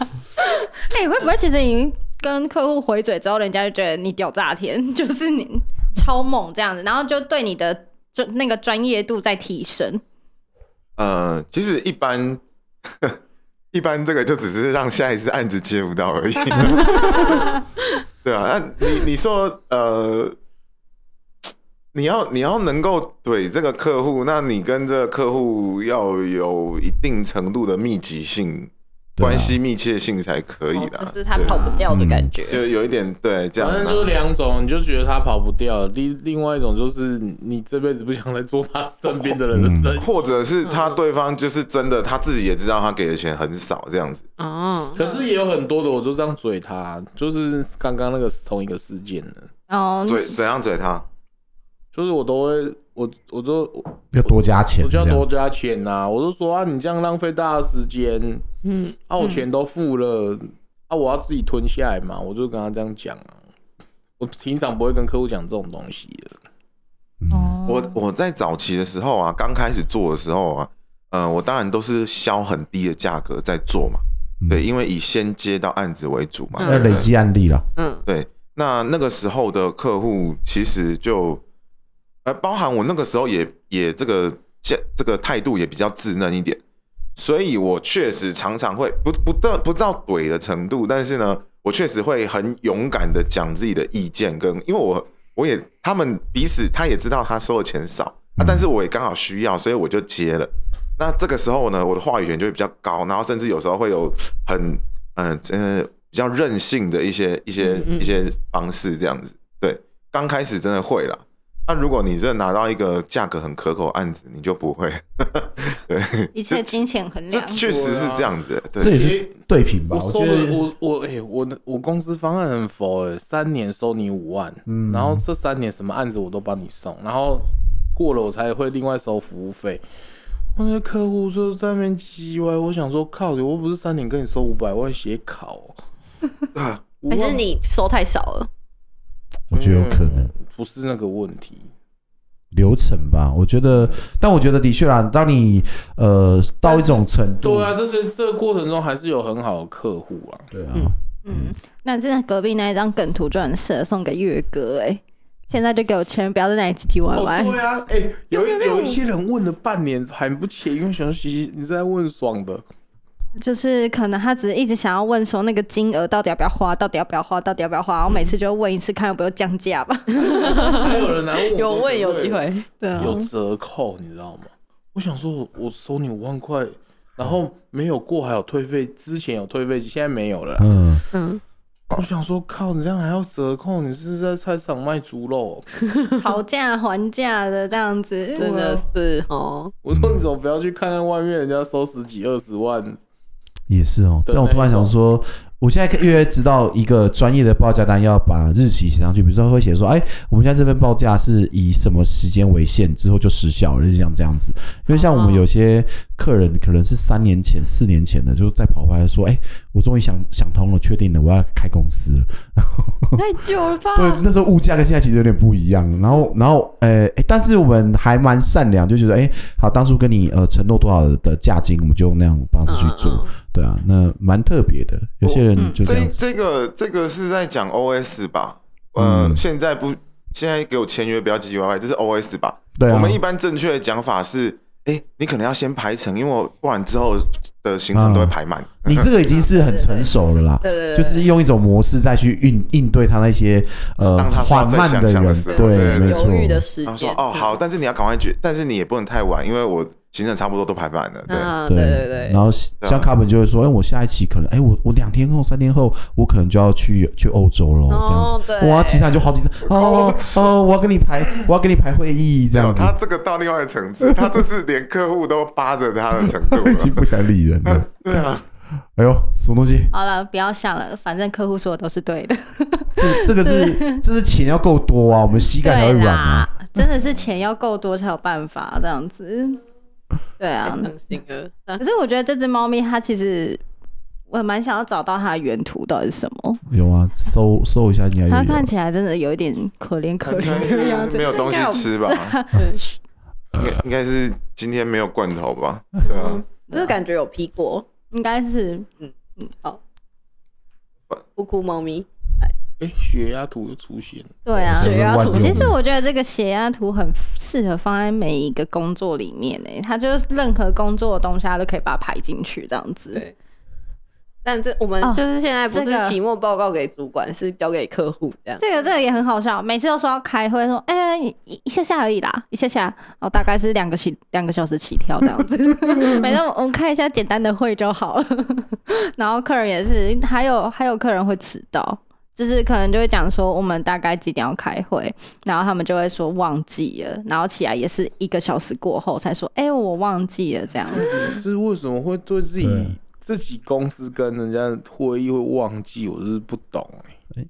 Speaker 2: [LAUGHS] 哎、会不会其实已经跟客户回嘴之后，人家就觉得你屌炸天， [LAUGHS] 就是你超猛这样子，然后就对你的专那个专业度在提升。
Speaker 5: 呃，其实一般 [LAUGHS] 一般这个就只是让下一次案子接不到
Speaker 4: [LAUGHS]
Speaker 5: 而已。对啊，那你你说呃，你要你要能够怼这个客户，那你跟这个客户要有一定程度的密集性、
Speaker 1: 对啊
Speaker 5: 关系密切性才可以的、
Speaker 4: 哦就是他跑不掉
Speaker 1: 啊
Speaker 4: 的感觉。
Speaker 5: 对就有一点对这样
Speaker 3: 反正
Speaker 5: 啊。
Speaker 3: 就两种，你就觉得他跑不掉；另另外一种就是你这辈子不想再做他身边的人的生意。
Speaker 1: 嗯
Speaker 5: 或者是他对方就是真的，他自己也知道他给的钱很少，这样子。
Speaker 1: 嗯
Speaker 4: 哦，
Speaker 3: 可是也有很多的，我就这样嘴他，就是刚刚那个是同一个事件的，
Speaker 2: 哦，
Speaker 5: 嘴怎样嘴他？
Speaker 3: 就是我都会，我我就我
Speaker 1: 啊要多加钱，
Speaker 3: 就要
Speaker 1: 这样
Speaker 3: 多加钱呐、我就说啊，你这样浪费大家的时间，
Speaker 4: 嗯，
Speaker 3: 啊，我钱都付了，啊，我要自己吞下来嘛，我就跟他这样讲啊。我平常不会跟客户讲这种东西的，
Speaker 1: 嗯
Speaker 2: 哦
Speaker 5: 我我在早期的时候啊，刚开始做的时候啊，呃，我当然都是销很低的价格在做嘛，
Speaker 1: 嗯
Speaker 5: 对，因为以先接到案子为主嘛，
Speaker 4: 嗯
Speaker 1: 要累积案例了。
Speaker 4: 嗯
Speaker 5: 对，那那个时候的客户其实就，呃，包含我那个时候也也这个这这个态度也比较稚嫩一点，所以我确实常常会不不到不到怼的程度，但是呢，我确实会很勇敢的讲自己的意见跟，因为我我也他们彼此他也知道他收的钱少
Speaker 4: 嗯
Speaker 5: 啊，但是我也刚好需要，所以我就接了。那这个时候呢，我的话语权就会比较高，然后甚至有时候会有很嗯呃比较任性的一些一些
Speaker 4: 嗯嗯嗯
Speaker 5: 一些方式这样子。对，刚开始真的会啦。那如果你真的拿到一个价格很可口的案子，你就不会。对，
Speaker 2: 一切金钱衡
Speaker 5: 这
Speaker 4: 啊
Speaker 2: 量，
Speaker 5: 确实是这样子的。
Speaker 1: 这
Speaker 5: 对，
Speaker 1: 也
Speaker 3: 因
Speaker 1: 是
Speaker 3: 为
Speaker 1: 对平吧？
Speaker 3: 我
Speaker 1: 我
Speaker 3: 收
Speaker 1: 觉
Speaker 3: 了
Speaker 1: 得，
Speaker 3: 我我哎、我的我公司方案很佛哎、三年收你五万，
Speaker 1: 嗯
Speaker 3: 然后这三年什么案子我都帮你送，然后过了我才会另外收服务费。我那客户就在那边叽歪，我想说靠，我不是三年跟你收五百万写考、 [LAUGHS] 哦，
Speaker 4: 还是你收太少了，
Speaker 1: 我觉得有可能
Speaker 3: 不是那个问题，
Speaker 1: 流程吧。我觉得，但我觉得的确啦，当你呃到一种程度，
Speaker 3: 对啊，这是这个过程中还是有很好的客户啊，
Speaker 1: 对啊，
Speaker 4: 嗯
Speaker 2: 嗯，那真的隔壁那一张梗图就很适合送给月哥哎、现在就给我钱，不要在那里唧唧歪歪。
Speaker 3: 哦、对啊，哎、有一有一些人问了半年还不签，因为想说其实你是在问爽
Speaker 4: [LAUGHS]
Speaker 3: 的，
Speaker 2: 就是可能他只是一直想要问说那个金额到底要不要花，到底要不要花，到底要不要花。我每次就问一次，看有没有降价吧。
Speaker 3: 还有人来问我，
Speaker 4: 有问有机会，
Speaker 2: 对啊，
Speaker 1: 嗯
Speaker 3: 有折扣，你知道吗？我想说，我收你五万块，然后没有过还有退费，之前有退费，现在没有了。
Speaker 1: 嗯，
Speaker 4: 嗯，
Speaker 3: 我想说，靠，你这样还要折扣？你是不是在菜市场卖猪肉？
Speaker 2: [LAUGHS] 讨价还价的这样子，嗯
Speaker 4: 真的
Speaker 1: [LAUGHS]
Speaker 4: 是哦，
Speaker 3: 我说你怎么不要去看看外面人家收十几二十万？
Speaker 1: 也是哦。
Speaker 3: 对
Speaker 1: 但我突然想说，我现在越来越知道一个专业的报价单要把日期写上去，比如说会写说，哎，我们现在这份报价是以什么时间为限，之后就失效了，就是像这样子。因为像我们有些客人可能是三年前、四年前的，就是在跑回来说，哎，我终于想想通了，确定了，我要开公司了。
Speaker 4: 太久了吧？
Speaker 1: 对，那时候物价跟现在其实有点不一样。然后，然后，呃，诶但是我们还蛮善良，就觉得，哎、好，当初跟你呃承诺多少的价金，我们就用那样的方式去做。
Speaker 4: 嗯
Speaker 1: 对啊，那蛮特别的。有些人就这
Speaker 5: 这
Speaker 1: 样子，
Speaker 5: 这个这个是在讲 OS 吧？呃，
Speaker 1: 嗯
Speaker 5: 现在不，现在给我签约不要唧唧歪歪，这是 OS 吧？
Speaker 1: 对啊，
Speaker 5: 我们一般正确的讲法是，哎、你可能要先排程，因为我不然之后的行程
Speaker 1: 嗯
Speaker 5: 都会排满。
Speaker 1: 你这个已经是很成熟了啦。
Speaker 4: 对对对，
Speaker 1: 就是用一种模式再去应应对他那些呃
Speaker 5: 当他
Speaker 1: 缓
Speaker 5: 说
Speaker 1: 慢
Speaker 5: 在想象的
Speaker 1: 人
Speaker 5: 时，候
Speaker 1: 对，
Speaker 5: 对
Speaker 1: 没
Speaker 4: 犹豫的
Speaker 1: 错，
Speaker 4: 时
Speaker 5: 然后说
Speaker 4: 间
Speaker 5: 哦
Speaker 2: 嗯
Speaker 5: 好，但是你要赶快决，但是你也不能太晚，因为我行程差不多都排满了。对，
Speaker 4: 嗯，对对对
Speaker 1: 然，后
Speaker 5: 对啊
Speaker 1: 像卡本就会说，哎，我下一期可能，哎，我我两天后、三天后，我可能就要去去欧洲喽，这样子。
Speaker 4: 哦对，
Speaker 1: 哇，其他人就好几次
Speaker 5: [LAUGHS]
Speaker 1: 哦哦，我要跟你排，我要跟你排会议这
Speaker 5: 没有
Speaker 1: 样子，
Speaker 5: 他这个到另外一个层次，他这是连客户都扒着他的程度
Speaker 1: [LAUGHS] 已经
Speaker 5: 了。
Speaker 1: 不想理人了。
Speaker 5: 对啊，
Speaker 1: 哎呦，什么东西？
Speaker 2: 好了，不要想了，反正客户说的都是对的。
Speaker 1: 这这个
Speaker 4: [LAUGHS]
Speaker 1: 是这是钱要够多啊，我们膝盖才会
Speaker 2: 对
Speaker 1: 软啊
Speaker 2: 啦。，真的是钱要够多才有办法这样子。对
Speaker 4: 太
Speaker 2: 啊，
Speaker 4: 伤心了。
Speaker 2: 可是我觉得这只猫咪它其实，我蛮想要找到它的原图到底是什么。
Speaker 1: 有啊，搜搜一下应该
Speaker 2: 它
Speaker 1: 就有啊
Speaker 2: 看。起来真的有一点可怜可
Speaker 5: 应该
Speaker 2: 怜
Speaker 5: 是
Speaker 2: 的样子
Speaker 5: 没。有东西
Speaker 2: [LAUGHS]
Speaker 5: 吃吧？应
Speaker 1: 呃
Speaker 5: 该应该是今天没有罐头吧？
Speaker 2: 嗯
Speaker 5: 对啊，
Speaker 4: 就是感觉有劈过
Speaker 2: 应该是
Speaker 4: 咕咕猫咪。
Speaker 3: 哎、血压图又出现了，
Speaker 2: 对啊
Speaker 1: 是
Speaker 4: 血压
Speaker 1: 万
Speaker 4: 图
Speaker 1: 用
Speaker 2: 其实我觉得这个血压图很适合放在每一个工作里面诶、它就是任何工作的东西，它都可以把它排进去这样子。
Speaker 4: 对但这我们
Speaker 2: 哦
Speaker 4: 就是现在不
Speaker 2: 这
Speaker 4: 是
Speaker 2: 个
Speaker 4: 期末报告给主管，是交给客户这样。
Speaker 2: 这个这个也很好笑，每次都说要开会，说哎、一一下下而已啦，一下下哦，大概是两个起两个小时起跳这 [LAUGHS] 样子。每次我们开一下简单的会就好了。 [LAUGHS] 然后客人也是，还有还有客人会迟到，就是可能就会讲说我们大概几点要开会，然后他们就会说忘记了，然后起来也是一个小时过后才说，哎、我忘记了这样子。
Speaker 3: 是为什么会对自己
Speaker 1: 对
Speaker 3: 自己公司跟人家会议会忘记？我就是不懂哎、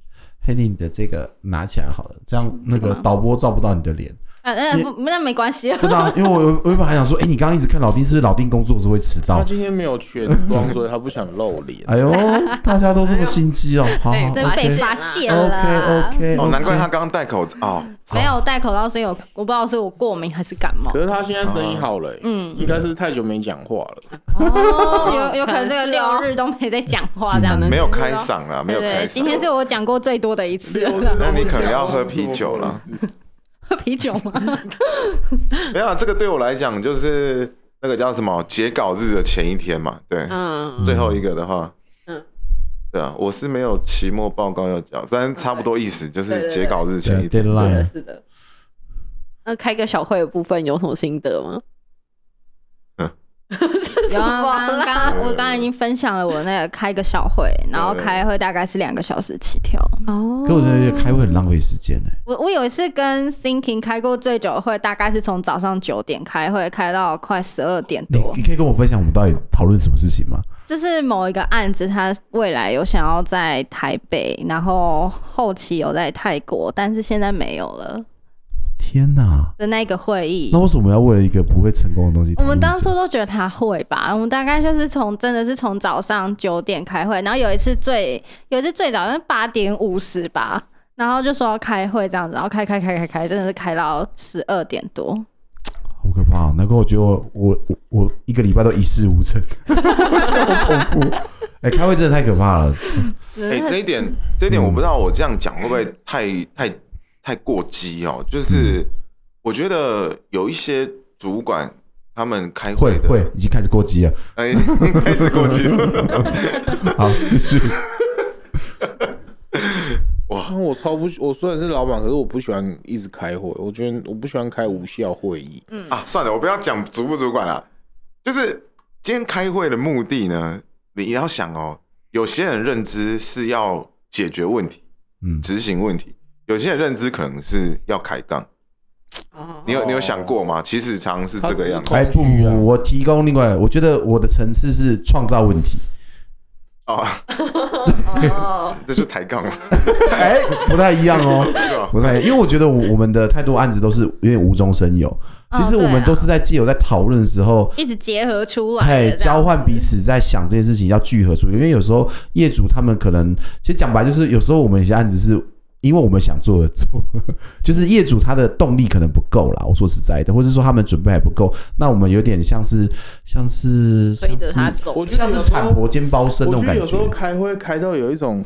Speaker 1: 黑弟，你的这个拿起来好了，这样那
Speaker 2: 这
Speaker 1: 个
Speaker 2: 个吗
Speaker 1: 导播照不到你的脸。
Speaker 2: 啊，那、不那没关系，哦
Speaker 1: 真的啊，因为我有我原本还想说，哎，你刚刚一直看老丁，是不是老丁工作是会迟
Speaker 3: 他
Speaker 2: [LAUGHS]
Speaker 1: 到？
Speaker 3: 今天没有全妆，所以他不想露脸。
Speaker 1: [LAUGHS] 哎呦，大家都这么心机
Speaker 2: [LAUGHS]
Speaker 1: 哦，好好
Speaker 4: 哎
Speaker 2: 真
Speaker 4: 对
Speaker 2: 被
Speaker 1: OK
Speaker 2: 发
Speaker 4: 发
Speaker 2: 现
Speaker 4: 现
Speaker 2: 了。
Speaker 1: OK OK，
Speaker 5: 哦，难怪他刚刚戴口罩哦，
Speaker 2: 没有戴口罩是有，我不知道是我过敏还是感冒
Speaker 3: 可。是他现在声音好了、
Speaker 2: 嗯
Speaker 3: 嗯，应该是太久没讲话了。
Speaker 1: [LAUGHS]
Speaker 2: 哦，有有可能这个
Speaker 4: 可能是
Speaker 2: 六
Speaker 4: 哦
Speaker 2: 日都没在讲话，这样子
Speaker 5: 没有开嗓啊，没有
Speaker 2: 对
Speaker 5: 开
Speaker 2: 对，
Speaker 5: 嗓。
Speaker 2: 今天是我讲过最多的一次了。
Speaker 5: 那你可能要喝啤酒了。
Speaker 2: 喝 [LAUGHS] 啤酒吗？
Speaker 5: 没有啊，这个对我来讲就是那个叫什么截稿日的前一天嘛，对，
Speaker 4: 嗯，
Speaker 5: 最后一个的话，
Speaker 4: 嗯，
Speaker 5: 对啊，我是没有期末报告要交，但是差不多意思就是截稿日前一
Speaker 1: 对
Speaker 5: 天。
Speaker 4: 是的，
Speaker 1: deadline
Speaker 4: 是的。那开个小会的部分有什么心得吗？
Speaker 5: 嗯
Speaker 2: [LAUGHS] 有啊，
Speaker 4: [LAUGHS] 什
Speaker 2: 刚
Speaker 4: 么啦
Speaker 2: 刚我刚刚已经分享了我那个开个小会，然后开会大概是两个小时起跳。
Speaker 4: 哦
Speaker 1: 可我觉得开会很浪费时间呢。
Speaker 2: 我我有一次跟 Thinking 开过最久的会，大概是从早上九点开会开到快十二点
Speaker 1: 你
Speaker 2: 多。
Speaker 1: 你可以跟我分享我们到底讨论什么事情吗？
Speaker 2: 这是某一个案子，他未来有想要在台北，然后后期有在泰国，但是现在没有了
Speaker 1: 天哪，
Speaker 2: 的那个会议
Speaker 1: 那。为什么要为了一个不会成功的东西？
Speaker 2: 我们当初都觉得他会吧，我们大概就是从真的是从早上九点开会，然后有一次最有一次最早是八点五十吧，然后就说要开会这样子，然后开开开开开，真的是开到十二点多。
Speaker 1: 好可怕、哦，难怪我觉得我我我我一个礼拜都一事无成， [LAUGHS] 超恐怖。哎、开会真的太可怕了，
Speaker 5: 哎、这一点，这一点我不知道，我这样讲会不会太太太过激哦？就是
Speaker 1: 嗯
Speaker 5: 我觉得有一些主管他们开
Speaker 1: 会
Speaker 5: 的，
Speaker 1: 会已经开始过激了。
Speaker 5: 哎，已经开始过激了。
Speaker 1: 好，就是
Speaker 3: 啊， [LAUGHS] 我超不喜，我虽然是老板，可是我不喜欢一直开会，我觉得我不喜欢开无效会议。
Speaker 1: 嗯
Speaker 5: 啊，算了，我不要讲主不主管了，就是今天开会的目的呢，你要想哦，有些人认知是要解决问题、
Speaker 1: 嗯，
Speaker 5: 执行问题，有些人认知可能是要开杠。
Speaker 4: 哦，
Speaker 5: 你有你有想过吗？其实常常是这个样子
Speaker 3: 他
Speaker 1: 哎、不
Speaker 3: 空虚啊
Speaker 1: 我提供另外，我觉得我的层次是创造问题，
Speaker 5: 哦，
Speaker 4: 哦，
Speaker 5: 这是抬杠嘛，
Speaker 1: 哎、不太一样哦。
Speaker 5: 是吧？
Speaker 1: 不太，因为我觉得我我们的太多案子都是有点无中生有，其实我们都是在借由在讨论的时候，
Speaker 2: 一直结合出来
Speaker 1: 哎
Speaker 2: 的，这样
Speaker 1: 交
Speaker 2: 子
Speaker 1: 换彼此在想这件事情要聚合出，因为有时候业主他们可能，其实讲白就是，有时候我们有些案子是因为我们想做而做，就是业主他的动力可能不够啦。我说实在的，或者说他们准备还不够，那我们有点像是像是
Speaker 4: 推
Speaker 1: 像
Speaker 4: 着
Speaker 1: 是
Speaker 4: 他走。
Speaker 3: 我觉
Speaker 1: 像
Speaker 3: 得
Speaker 1: 是
Speaker 3: 有时
Speaker 1: 产
Speaker 3: 候，
Speaker 1: 婆兼包生那种
Speaker 3: 我觉得
Speaker 1: 感
Speaker 3: 有时候
Speaker 1: 觉。
Speaker 3: 开会开到有一种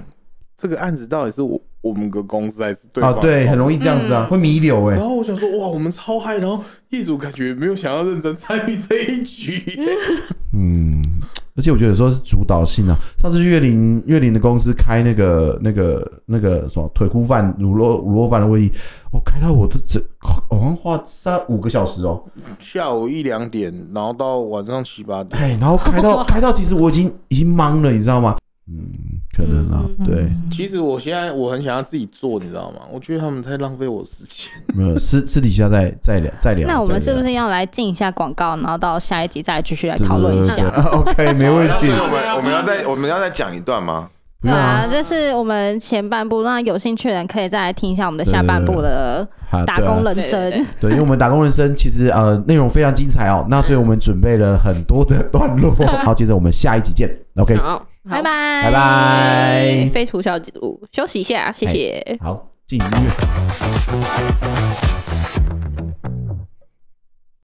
Speaker 3: 这个案子到底是我我们个公司还是对
Speaker 1: 啊
Speaker 3: 方，的
Speaker 1: 对，
Speaker 3: 公司
Speaker 1: 很容易这样子啊，会弥留哎、
Speaker 3: 然后我想说，哇，我们超嗨，然后业主感觉没有想要认真参与这
Speaker 1: [LAUGHS]
Speaker 3: 一局。
Speaker 1: 嗯，而且我觉得有时候是主导性啊。上次岳林岳林的公司开那个那个那个什么腿箍饭卤肉卤肉饭的会议，我、开到我这整，我好像花三五个小时哦，
Speaker 3: 下午一两点，然后到晚上七八点，
Speaker 1: 哎，然后开 [LAUGHS] 到开到，其实我已经已经懵了，你知道吗？嗯，可能啊，
Speaker 2: 嗯
Speaker 1: 对，
Speaker 3: 其实我现在我很想要自己做，你知道吗？我觉得他们太浪费我时间。
Speaker 1: 没有私私底下再再聊再聊。
Speaker 2: 那我们是
Speaker 1: 再
Speaker 2: 不
Speaker 1: 聊
Speaker 2: 是要来进一下广告，然后到下一集再继续来讨论一下
Speaker 1: 对对？对对 [LAUGHS] ？OK，没问
Speaker 5: 所
Speaker 1: 题
Speaker 5: 以。我们我们要再我们要再讲一段吗？
Speaker 1: 不
Speaker 2: 对
Speaker 1: 用
Speaker 2: 啊，
Speaker 1: 啊，
Speaker 2: 这是我们前半部，那有兴趣的人可以再来听一下我们的下半部的
Speaker 1: 好
Speaker 2: 打工
Speaker 1: 对啊
Speaker 2: 人
Speaker 4: 对对
Speaker 2: 生
Speaker 4: 对。
Speaker 1: 对，因为我们打工人生其实呃内容非常精彩哦，那所以我们准备了很多的段落。好，接着我们下一集见。OK，
Speaker 4: 好，好
Speaker 2: 拜拜，
Speaker 1: 拜拜
Speaker 4: 废除小组，休息一下，谢谢。
Speaker 1: 好，进音乐。